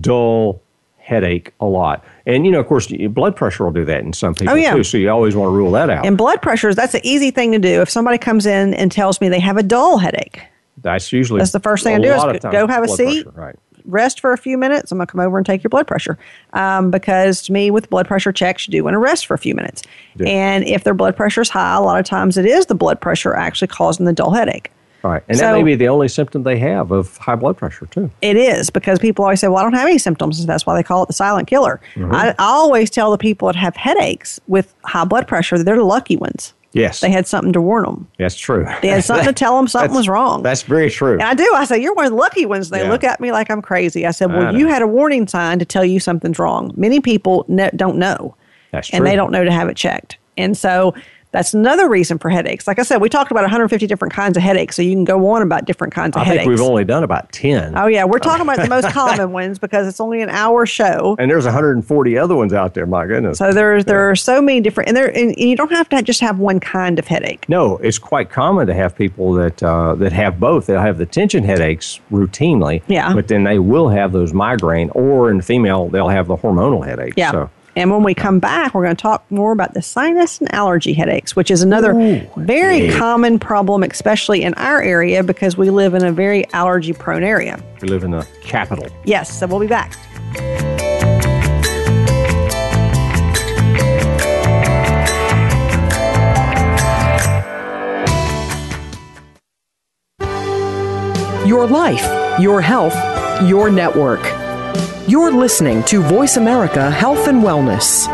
[SPEAKER 2] dull headache a lot. And you know, of course, your blood pressure will do that in some people
[SPEAKER 3] Oh, yeah.
[SPEAKER 2] too. So you always want to rule that out.
[SPEAKER 3] And blood pressures, that's an easy thing to do. If somebody comes in and tells me they have a dull headache,
[SPEAKER 2] that's usually
[SPEAKER 3] That's the first thing
[SPEAKER 2] a
[SPEAKER 3] I do is
[SPEAKER 2] lot of
[SPEAKER 3] go-
[SPEAKER 2] times
[SPEAKER 3] go have a
[SPEAKER 2] blood
[SPEAKER 3] seat.
[SPEAKER 2] pressure, right.
[SPEAKER 3] rest for a few minutes. I'm going to come over and take your blood pressure. Um, because to me, with blood pressure checks, you do want to rest for a few minutes.
[SPEAKER 2] Yeah.
[SPEAKER 3] And if their blood pressure is high, a lot of times it is the blood pressure actually causing the dull headache.
[SPEAKER 2] Right. And
[SPEAKER 3] So-
[SPEAKER 2] that may be the only symptom they have of high blood pressure too.
[SPEAKER 3] It is because people always say, Well, I don't have any symptoms. and That's why they call it the silent killer.
[SPEAKER 2] Mm-hmm.
[SPEAKER 3] I, I always tell the people that have headaches with high blood pressure that they're the lucky ones.
[SPEAKER 2] Yes.
[SPEAKER 3] They had something to warn them,
[SPEAKER 2] that's true.
[SPEAKER 3] they had something to tell them something was
[SPEAKER 2] [LAUGHS]
[SPEAKER 3] wrong.
[SPEAKER 2] That's very true.
[SPEAKER 3] And I do. I say, You're one of the lucky ones. They
[SPEAKER 2] Yeah.
[SPEAKER 3] look at me like I'm crazy. I said,
[SPEAKER 2] I
[SPEAKER 3] Well,
[SPEAKER 2] know.
[SPEAKER 3] you had a warning sign to tell you something's wrong. Many people ne- don't know,
[SPEAKER 2] That's
[SPEAKER 3] and they
[SPEAKER 2] true.
[SPEAKER 3] don't know to have it checked. And so that's another reason for headaches. Like I said, we talked about 150 different kinds of headaches, so you can go on about different kinds of
[SPEAKER 2] I
[SPEAKER 3] headaches.
[SPEAKER 2] think we've only done about 10.
[SPEAKER 3] oh, yeah. We're talking about
[SPEAKER 2] [LAUGHS]
[SPEAKER 3] the most common ones because it's only an hour show.
[SPEAKER 2] And there's 140 other ones out there, my goodness.
[SPEAKER 3] So there, there are so many different, and, there, and you don't have to just have one kind of headache.
[SPEAKER 2] no, it's quite common to have people that uh, that have both. They'll have the tension headaches routinely,
[SPEAKER 3] Yeah.
[SPEAKER 2] but then they will have those migraine, or in female, they'll have the hormonal headache.
[SPEAKER 3] Yeah.
[SPEAKER 2] So,
[SPEAKER 3] And when we come back, we're going to talk more about the sinus and allergy headaches, which is another very common problem, especially in our area because we live in a very allergy prone area.
[SPEAKER 2] we live in the capital.
[SPEAKER 3] Yes, so we'll be back.
[SPEAKER 4] Your life, your health, your network. You're listening to Voice America Health and Wellness.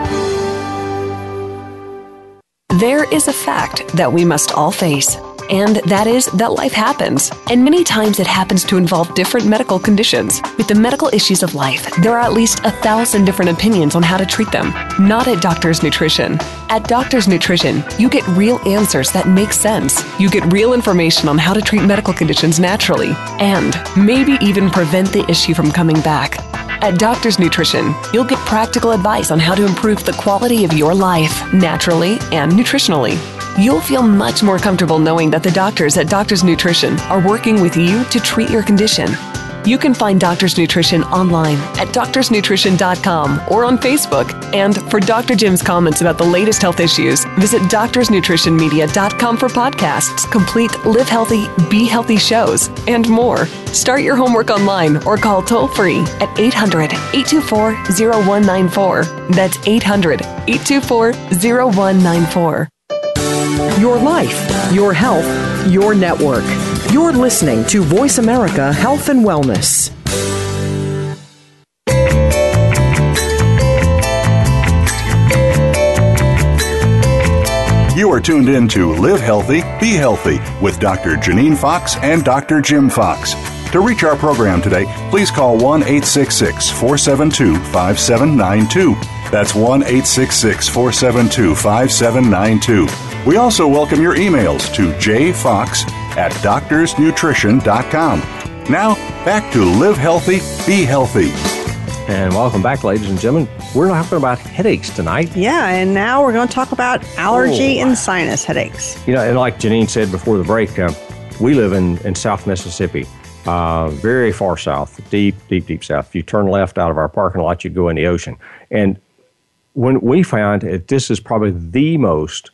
[SPEAKER 5] There is a fact that we must all face, and that is that life happens. And many times it happens to involve different medical conditions. With the medical issues of life, there are at least a thousand different opinions on how to treat them. Not at Doctors Nutrition. At Doctors Nutrition, you get real answers that make sense. You get real information on how to treat medical conditions naturally and maybe even prevent the issue from coming back. At Doctors Nutrition, you'll get practical advice on how to improve the quality of your life naturally and nutritionally. You'll feel much more comfortable knowing that the doctors at Doctors Nutrition are working with you to treat your condition. You can find Doctors Nutrition online at doctorsnutrition.com or on Facebook. And for Dr. Jim's comments about the latest health issues, visit doctorsnutritionmedia.com for podcasts, complete live healthy, be healthy shows, and more. Start your homework online or call toll free at 800 824 0194. That's 800 824 0194.
[SPEAKER 4] Your life, your health, your network. You're listening to Voice America Health and Wellness.
[SPEAKER 1] You are tuned in to Live Healthy, Be Healthy with Dr. Janine Fox and Dr. Jim Fox. To reach our program today, please call 1 866 472 5792. That's 1 866 472 5792. We also welcome your emails to jfox at doctorsnutrition.com. Now, back to Live Healthy, Be Healthy.
[SPEAKER 2] And welcome back, ladies and gentlemen. We're talking about headaches tonight.
[SPEAKER 3] Yeah, and now we're going to talk about allergy
[SPEAKER 2] Oh.
[SPEAKER 3] and sinus headaches.
[SPEAKER 2] You know, and like Janine said before the break, uh, we live in, in South Mississippi, uh, very far south, deep, deep, deep south. If you turn left out of our parking lot, you go in the ocean. And when we found that this is probably the most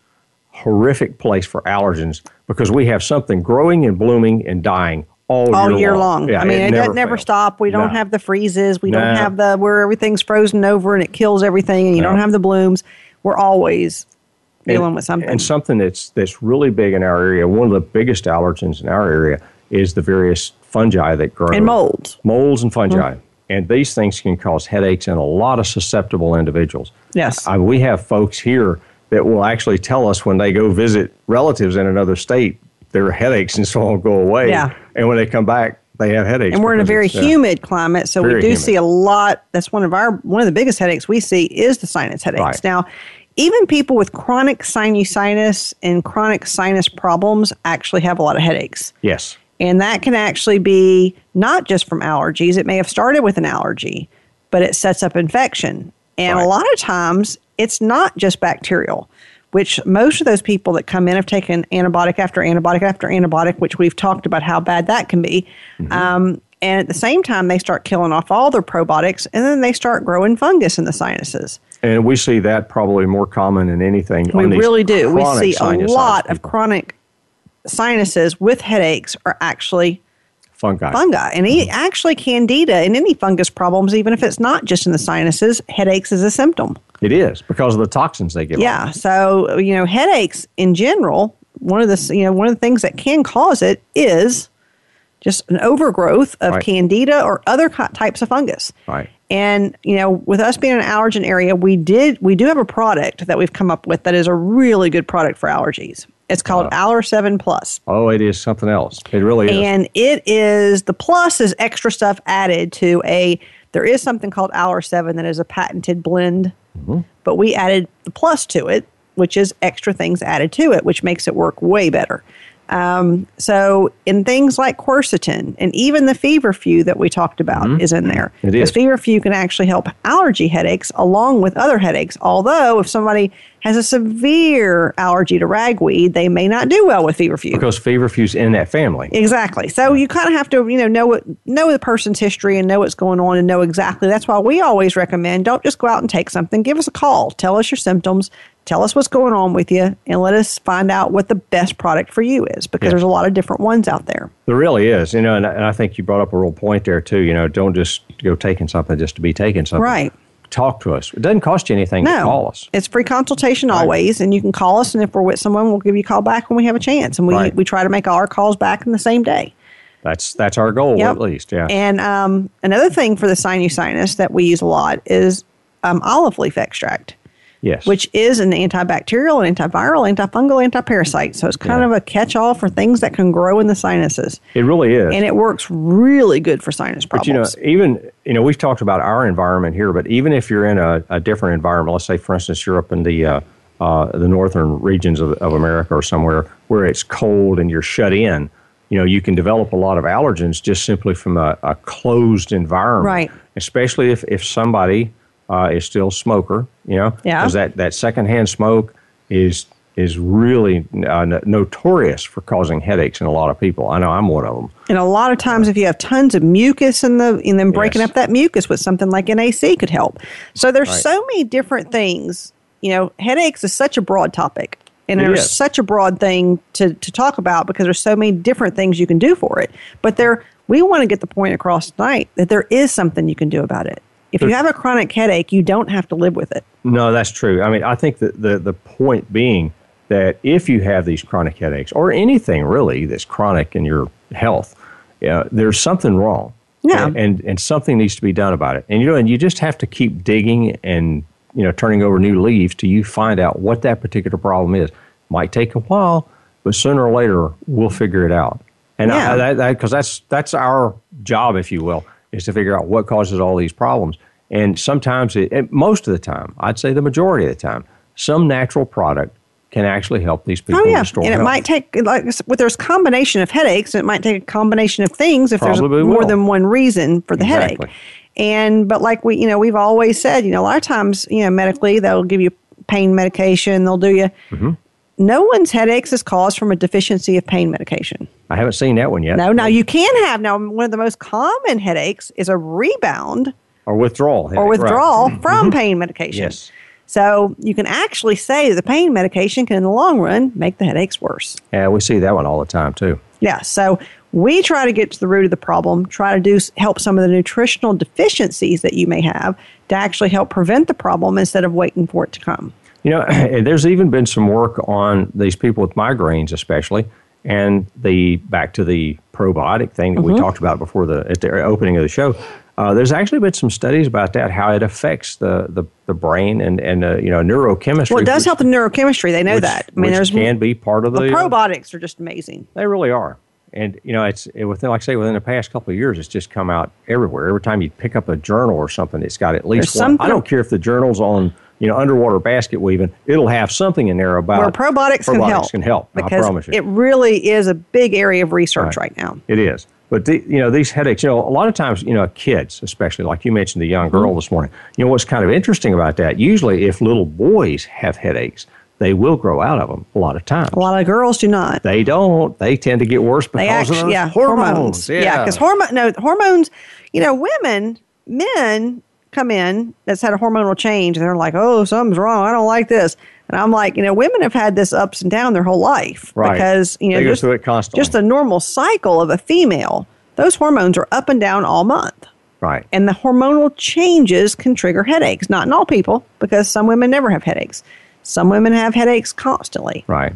[SPEAKER 2] horrific place for allergens because we have something growing and blooming and dying all,
[SPEAKER 3] All
[SPEAKER 2] year,
[SPEAKER 3] year, long.
[SPEAKER 2] Yeah,
[SPEAKER 3] I mean, it, never, never
[SPEAKER 2] fails.
[SPEAKER 3] stops. We don't
[SPEAKER 2] No.
[SPEAKER 3] have the freezes. We don't
[SPEAKER 2] No.
[SPEAKER 3] have the where everything's frozen over and it kills everything, and you
[SPEAKER 2] No.
[SPEAKER 3] don't have the blooms. We're always dealing with something.
[SPEAKER 2] And something that's that's really big in our area. One of the biggest allergens in our area is the various fungi that grow
[SPEAKER 3] And molds.
[SPEAKER 2] molds and fungi.
[SPEAKER 3] Mm-hmm.
[SPEAKER 2] And these things can cause headaches in a lot of susceptible individuals.
[SPEAKER 3] Yes.
[SPEAKER 2] I, we have folks here that will actually tell us when they go visit relatives in another state, their headaches and so on go away.
[SPEAKER 3] Yeah.
[SPEAKER 2] And when they come back, they have headaches.
[SPEAKER 3] and we're in a
[SPEAKER 2] because
[SPEAKER 3] very
[SPEAKER 2] it's, uh,
[SPEAKER 3] humid climate, so we do
[SPEAKER 2] Very humid.
[SPEAKER 3] see a lot. That's one of our one of the biggest headaches we see is the sinus headaches.
[SPEAKER 2] Right.
[SPEAKER 3] Now, even people with chronic sinusitis and chronic sinus problems actually have a lot of headaches.
[SPEAKER 2] Yes.
[SPEAKER 3] And that can actually be not just from allergies. It may have started with an allergy, but it sets up infection. And
[SPEAKER 2] Right.
[SPEAKER 3] a lot of times it's not just bacterial, which most of those people that come in have taken antibiotic after antibiotic after antibiotic, which we've talked about how bad that can be.
[SPEAKER 2] Mm-hmm.
[SPEAKER 3] Um, and at the same time, they start killing off all their probiotics and then they start growing fungus in the sinuses.
[SPEAKER 2] And we see that probably more common than anything.
[SPEAKER 3] We
[SPEAKER 2] on these
[SPEAKER 3] really do. We
[SPEAKER 2] chronic
[SPEAKER 3] see a
[SPEAKER 2] sinusitis
[SPEAKER 3] lot of
[SPEAKER 2] people.
[SPEAKER 3] chronic sinuses with headaches are actually
[SPEAKER 2] fungi.
[SPEAKER 3] fungi and
[SPEAKER 2] Mm-hmm.
[SPEAKER 3] e- actually candida and any fungus problems even if it's not just in the sinuses headaches is a symptom
[SPEAKER 2] It is because of the toxins they give. off.
[SPEAKER 3] yeah so you know headaches in general one of the s- you know one of the things that can cause it is just an overgrowth of
[SPEAKER 2] Right.
[SPEAKER 3] candida or other co- types of fungus
[SPEAKER 2] Right.
[SPEAKER 3] and you know with us being an allergen area we did we do have a product that we've come up with that is a really good product for allergies it's called
[SPEAKER 2] Uh-huh.
[SPEAKER 3] aller 7 plus
[SPEAKER 2] Oh, it is something else. It really is.
[SPEAKER 3] and it is the plus is extra stuff added to a there is something called hour seven that is a patented blend
[SPEAKER 2] Mm-hmm.
[SPEAKER 3] but we added the plus to it which is extra things added to it which makes it work way better um, so in things like quercetin and even the feverfew that we talked about is in there
[SPEAKER 2] Mm-hmm. It
[SPEAKER 3] Because
[SPEAKER 2] is.
[SPEAKER 3] feverfew can actually help allergy headaches along with other headaches although if somebody has a severe allergy to ragweed they may not do well with feverfew
[SPEAKER 2] because feverfew's in that family.
[SPEAKER 3] Exactly. So you kind of have to, you know, know what know the person's history and know what's going on and know exactly. That's why we always recommend don't just go out and take something. Give us a call. Tell us your symptoms. Tell us what's going on with you, and let us find out what the best product for you is because
[SPEAKER 2] Yeah.
[SPEAKER 3] there's a lot of different ones out there.
[SPEAKER 2] There really is, you know, and, and I think you brought up a real point there too. You know, don't just go taking something just to be taking something.
[SPEAKER 3] Right.
[SPEAKER 2] Talk to us. It doesn't cost you anything to
[SPEAKER 3] No,
[SPEAKER 2] call us.
[SPEAKER 3] it's free consultation always, and you can call us. And if we're with someone, we'll give you a call back when we have a chance, and we
[SPEAKER 2] Right.
[SPEAKER 3] we try to make all our calls back in the same day.
[SPEAKER 2] That's that's our goal
[SPEAKER 3] Yep.
[SPEAKER 2] at least. Yeah.
[SPEAKER 3] And um, another thing for the sinusitis that we use a lot is um, olive leaf extract.
[SPEAKER 2] Yes.
[SPEAKER 3] which is an antibacterial, an antiviral, antifungal, antiparasite. So it's kind of a catch-all for things that can grow in the sinuses,
[SPEAKER 2] it really is.
[SPEAKER 3] and it works really good for sinus
[SPEAKER 2] But you know,
[SPEAKER 3] problems.
[SPEAKER 2] even you know, we've talked about our environment here, but even if you're in a, a different environment, let's say, for instance, you're up in the uh, uh, the northern regions of, of America or somewhere where it's cold and you're shut in, you know, you can develop a lot of allergens just simply from a, a closed environment,
[SPEAKER 3] Right.
[SPEAKER 2] Especially if if somebody uh, is still a smoker, you know,
[SPEAKER 3] Yeah.
[SPEAKER 2] because that that secondhand smoke is is really uh, no- notorious for causing headaches in a lot of people. I know I'm one of them.
[SPEAKER 3] and a lot of times, if you have tons of mucus in the, and then breaking
[SPEAKER 2] Yes.
[SPEAKER 3] up that mucus with something like an AC could help. So there's so many different things. You know, headaches is such a broad topic, and
[SPEAKER 2] It
[SPEAKER 3] there's
[SPEAKER 2] is.
[SPEAKER 3] such a broad thing to to talk about because there's so many different things you can do for it. But there, we want to get the point across tonight that there is something you can do about it. If you have a chronic headache, you don't have to live with it.
[SPEAKER 2] No, that's true. I mean, I think that the, the point being that if you have these chronic headaches or anything really that's chronic in your health, uh, there's something wrong.
[SPEAKER 3] Yeah.
[SPEAKER 2] And, and and something needs to be done about it. And you know, and you just have to keep digging and you know turning over new leaves till you find out what that particular problem is. Might take a while, but sooner or later we'll figure it out. And
[SPEAKER 3] Yeah.
[SPEAKER 2] I, that that because that's that's our job, if you will, is to figure out what causes all these problems. And sometimes, it, and most of the time, I'd say the majority of the time, some natural product can actually help these people
[SPEAKER 3] Oh yeah,
[SPEAKER 2] restore
[SPEAKER 3] and it
[SPEAKER 2] health.
[SPEAKER 3] might take like well, there's combination of headaches. and It might take a combination of things if
[SPEAKER 2] Probably
[SPEAKER 3] there's more
[SPEAKER 2] will.
[SPEAKER 3] than one reason for the
[SPEAKER 2] Exactly.
[SPEAKER 3] headache. And but like we, you know, we've always said, you know, a lot of times, you know, medically they'll give you pain medication. They'll do you.
[SPEAKER 2] Mm-hmm.
[SPEAKER 3] No one's headaches is caused from a deficiency of pain medication.
[SPEAKER 2] I haven't seen that one yet.
[SPEAKER 3] No, now you can have now one of the most common headaches is a rebound
[SPEAKER 2] Or withdrawal. headache,
[SPEAKER 3] or
[SPEAKER 2] right. Mm-hmm.
[SPEAKER 3] withdrawal from pain medication.
[SPEAKER 2] Yes.
[SPEAKER 3] So you can actually say the pain medication can, in the long run, make the headaches worse.
[SPEAKER 2] Yeah, we see that one all the time too.
[SPEAKER 3] Yeah. So we try to get to the root of the problem, try to do help some of the nutritional deficiencies that you may have to actually help prevent the problem instead of waiting for it to come.
[SPEAKER 2] You know, [CLEARS THROAT] and there's even been some work on these people with migraines, especially, and the back to the probiotic thing that
[SPEAKER 3] Mm-hmm.
[SPEAKER 2] we talked about before the at the opening of the show. Uh, there's actually been some studies about that, how it affects the the, the brain and and uh, you know neurochemistry.
[SPEAKER 3] Well, it does
[SPEAKER 2] which-
[SPEAKER 3] help the neurochemistry. They know
[SPEAKER 2] which-
[SPEAKER 3] that. I mean,
[SPEAKER 2] which
[SPEAKER 3] there's
[SPEAKER 2] can be part of the, uh,
[SPEAKER 3] the probiotics are just amazing.
[SPEAKER 2] They really are. And you know, it's it, within like I say within the past couple of years, it's just come out everywhere. Every time you pick up a journal or something, it's got at least
[SPEAKER 3] There's
[SPEAKER 2] one. I
[SPEAKER 3] something-
[SPEAKER 2] don't care if the journal's on you know underwater basket weaving; it'll have something in there about
[SPEAKER 3] Where probiotics, can help.
[SPEAKER 2] Uh, Can help. I
[SPEAKER 3] Because
[SPEAKER 2] promise you,
[SPEAKER 3] it really is a big area of research right,
[SPEAKER 2] Right.
[SPEAKER 3] now.
[SPEAKER 2] it is. But the, you know, these headaches. You know, a lot of times, you know, kids, especially like you mentioned the young
[SPEAKER 3] Mm-hmm.
[SPEAKER 2] girl this morning. You know, what's kind of interesting about that? Usually, if little boys have headaches, they will grow out of them a lot of times.
[SPEAKER 3] A lot of girls do not.
[SPEAKER 2] They don't. They tend to get worse because
[SPEAKER 3] They
[SPEAKER 2] of
[SPEAKER 3] actually,
[SPEAKER 2] those
[SPEAKER 3] yeah,
[SPEAKER 2] hormones.
[SPEAKER 3] Yeah, because hormone, no, hormones. You know, women, men come in that's had a hormonal change, and they're like, "Oh, something's wrong. I don't like this." And I'm like, you know, women have had this ups and down their whole life
[SPEAKER 2] Right.
[SPEAKER 3] because you know
[SPEAKER 2] They go
[SPEAKER 3] just,
[SPEAKER 2] through it constantly.
[SPEAKER 3] Just the normal cycle of a female, those hormones are up and down all month.
[SPEAKER 2] right.
[SPEAKER 3] And the hormonal changes can trigger headaches. Not in all people, because some women never have headaches. Some women have headaches constantly
[SPEAKER 2] Right.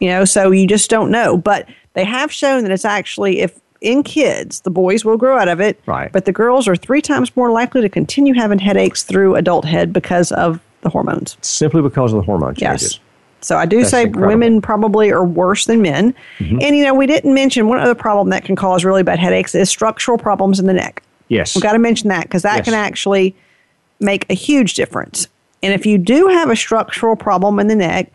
[SPEAKER 3] you know so you just don't know but they have shown that it's actually if in kids the boys will grow out of it
[SPEAKER 2] Right.
[SPEAKER 3] but the girls are three times more likely to continue having headaches through adulthood because of the hormones
[SPEAKER 2] Simply because of the hormone changes.
[SPEAKER 3] yes so i do
[SPEAKER 2] That's
[SPEAKER 3] say
[SPEAKER 2] incredible. Mm-hmm.
[SPEAKER 3] women probably are worse than men and you know we didn't mention one other problem that can cause really bad headaches is structural problems in the neck
[SPEAKER 2] Yes.
[SPEAKER 3] We've got to mention that because that
[SPEAKER 2] Yes.
[SPEAKER 3] can actually make a huge difference. And if you do have a structural problem in the neck,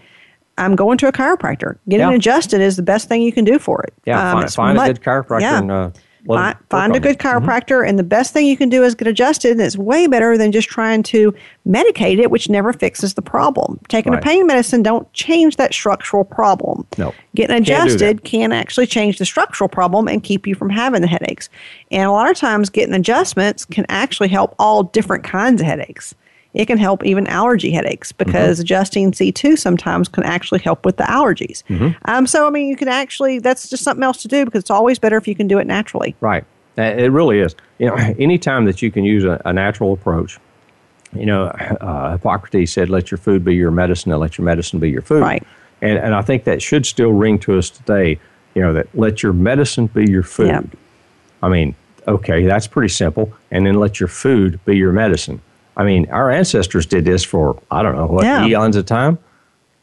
[SPEAKER 3] I'm going to a chiropractor. Getting
[SPEAKER 2] Yeah.
[SPEAKER 3] adjusted is the best thing you can do for it.
[SPEAKER 2] Yeah,
[SPEAKER 3] Um,
[SPEAKER 2] find,
[SPEAKER 3] it's
[SPEAKER 2] find
[SPEAKER 3] mu-
[SPEAKER 2] a good chiropractor
[SPEAKER 3] yeah.
[SPEAKER 2] and uh, let 'em
[SPEAKER 3] Fi-
[SPEAKER 2] work
[SPEAKER 3] find a
[SPEAKER 2] on
[SPEAKER 3] good
[SPEAKER 2] it.
[SPEAKER 3] chiropractor, and the best thing you can do is get adjusted. And it's way better than just trying to medicate it, which never fixes the problem. Taking
[SPEAKER 2] Right.
[SPEAKER 3] a pain medicine don't change that structural problem.
[SPEAKER 2] No.
[SPEAKER 3] Getting
[SPEAKER 2] Can't do that.
[SPEAKER 3] adjusted can actually change the structural problem and keep you from having the headaches. And a lot of times, getting adjustments can actually help all different kinds of headaches. It can help even allergy headaches
[SPEAKER 2] Mm-hmm.
[SPEAKER 3] because adjusting C2 sometimes can actually help with the allergies.
[SPEAKER 2] Mm-hmm.
[SPEAKER 3] Um, so, I mean, you can actually, that's just something else to do because it's always better if you can do it naturally.
[SPEAKER 2] Right. Uh, It really is. You know, [CLEARS THROAT] any time that you can use a, a natural approach, you know, uh, Hippocrates said, "Let your food be your medicine, and let your medicine be your food."
[SPEAKER 3] Right.
[SPEAKER 2] And and I think that should still ring to us today. You know, that let your medicine be your food.
[SPEAKER 3] Yeah.
[SPEAKER 2] I mean, okay, that's pretty simple. And then let your food be your medicine. I mean, our ancestors did this for I don't know what
[SPEAKER 3] Yeah.
[SPEAKER 2] eons of time.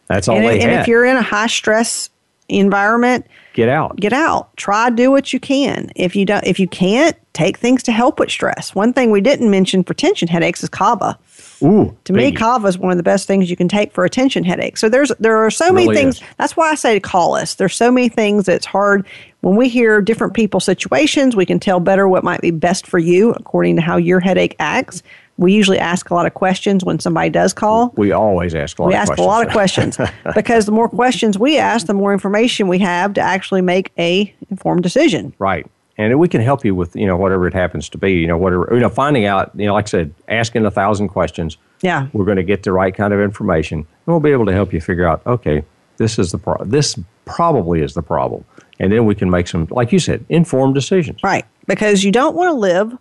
[SPEAKER 2] That's all
[SPEAKER 3] and
[SPEAKER 2] they
[SPEAKER 3] if- and
[SPEAKER 2] had.
[SPEAKER 3] if you're in a high stress environment,
[SPEAKER 2] get out.
[SPEAKER 3] get out. Try do what you can. If you don't, if you can't, take things to help with stress. One thing we didn't mention for tension headaches is kava.
[SPEAKER 2] Ooh,
[SPEAKER 3] To me,
[SPEAKER 2] biggie.
[SPEAKER 3] kava is one of the best things you can take for a tension headache. So there's there are so many
[SPEAKER 2] Really
[SPEAKER 3] things.
[SPEAKER 2] is.
[SPEAKER 3] That's why I say to call us. There's so many things that's hard. When we hear different people's situations, we can tell better what might be best for you according to how your headache acts. We usually ask a lot of questions when somebody does call.
[SPEAKER 2] we always ask a lot
[SPEAKER 3] We
[SPEAKER 2] of
[SPEAKER 3] ask
[SPEAKER 2] questions.
[SPEAKER 3] a lot of questions
[SPEAKER 2] [LAUGHS]
[SPEAKER 3] because the more questions we ask, the more information we have to actually make a informed decision.
[SPEAKER 2] Right. And we can help you with, you know, whatever it happens to be, you know, whatever, you know, finding out, you know, like I said, asking a thousand questions.
[SPEAKER 3] Yeah.
[SPEAKER 2] We're going to get the right kind of information and we'll be able to help you figure out, okay, this is the pro- this probably is the problem. And then we can make some, like you said, informed decisions.
[SPEAKER 3] Right. Because you don't want to live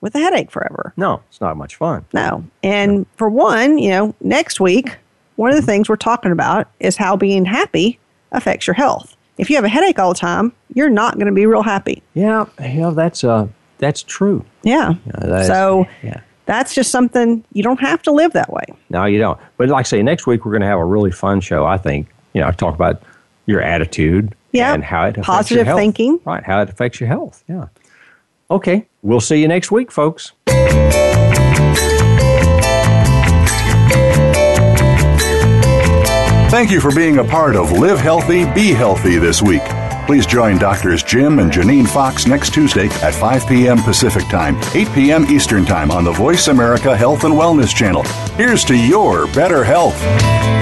[SPEAKER 3] with a headache forever.
[SPEAKER 2] No, it's not much fun.
[SPEAKER 3] No. And for one, you know, next week, one of the things we're talking about is how being happy affects your health. If you have a headache all the time, you're not going to be real happy.
[SPEAKER 2] Yeah. Yeah. That's, uh, that's true.
[SPEAKER 3] Yeah.
[SPEAKER 2] that is-
[SPEAKER 3] so
[SPEAKER 2] yeah.
[SPEAKER 3] that's just something you don't have to live that way.
[SPEAKER 2] No, you don't. But like I say, next week we're going to have a really fun show. I think you know, talk about your attitude
[SPEAKER 3] Yeah.
[SPEAKER 2] and how it affects your
[SPEAKER 3] Positive
[SPEAKER 2] health.
[SPEAKER 3] thinking.
[SPEAKER 2] right? How it affects your health. Yeah. Okay, we'll see you next week, folks.
[SPEAKER 1] Thank you for being a part of Live Healthy, Be Healthy this week. Please join Doctors Jim and Janine Fox next Tuesday at 5 p.m. Pacific Time, 8 p.m. Eastern Time on the Voice America Health and Wellness Channel. Here's to your better health.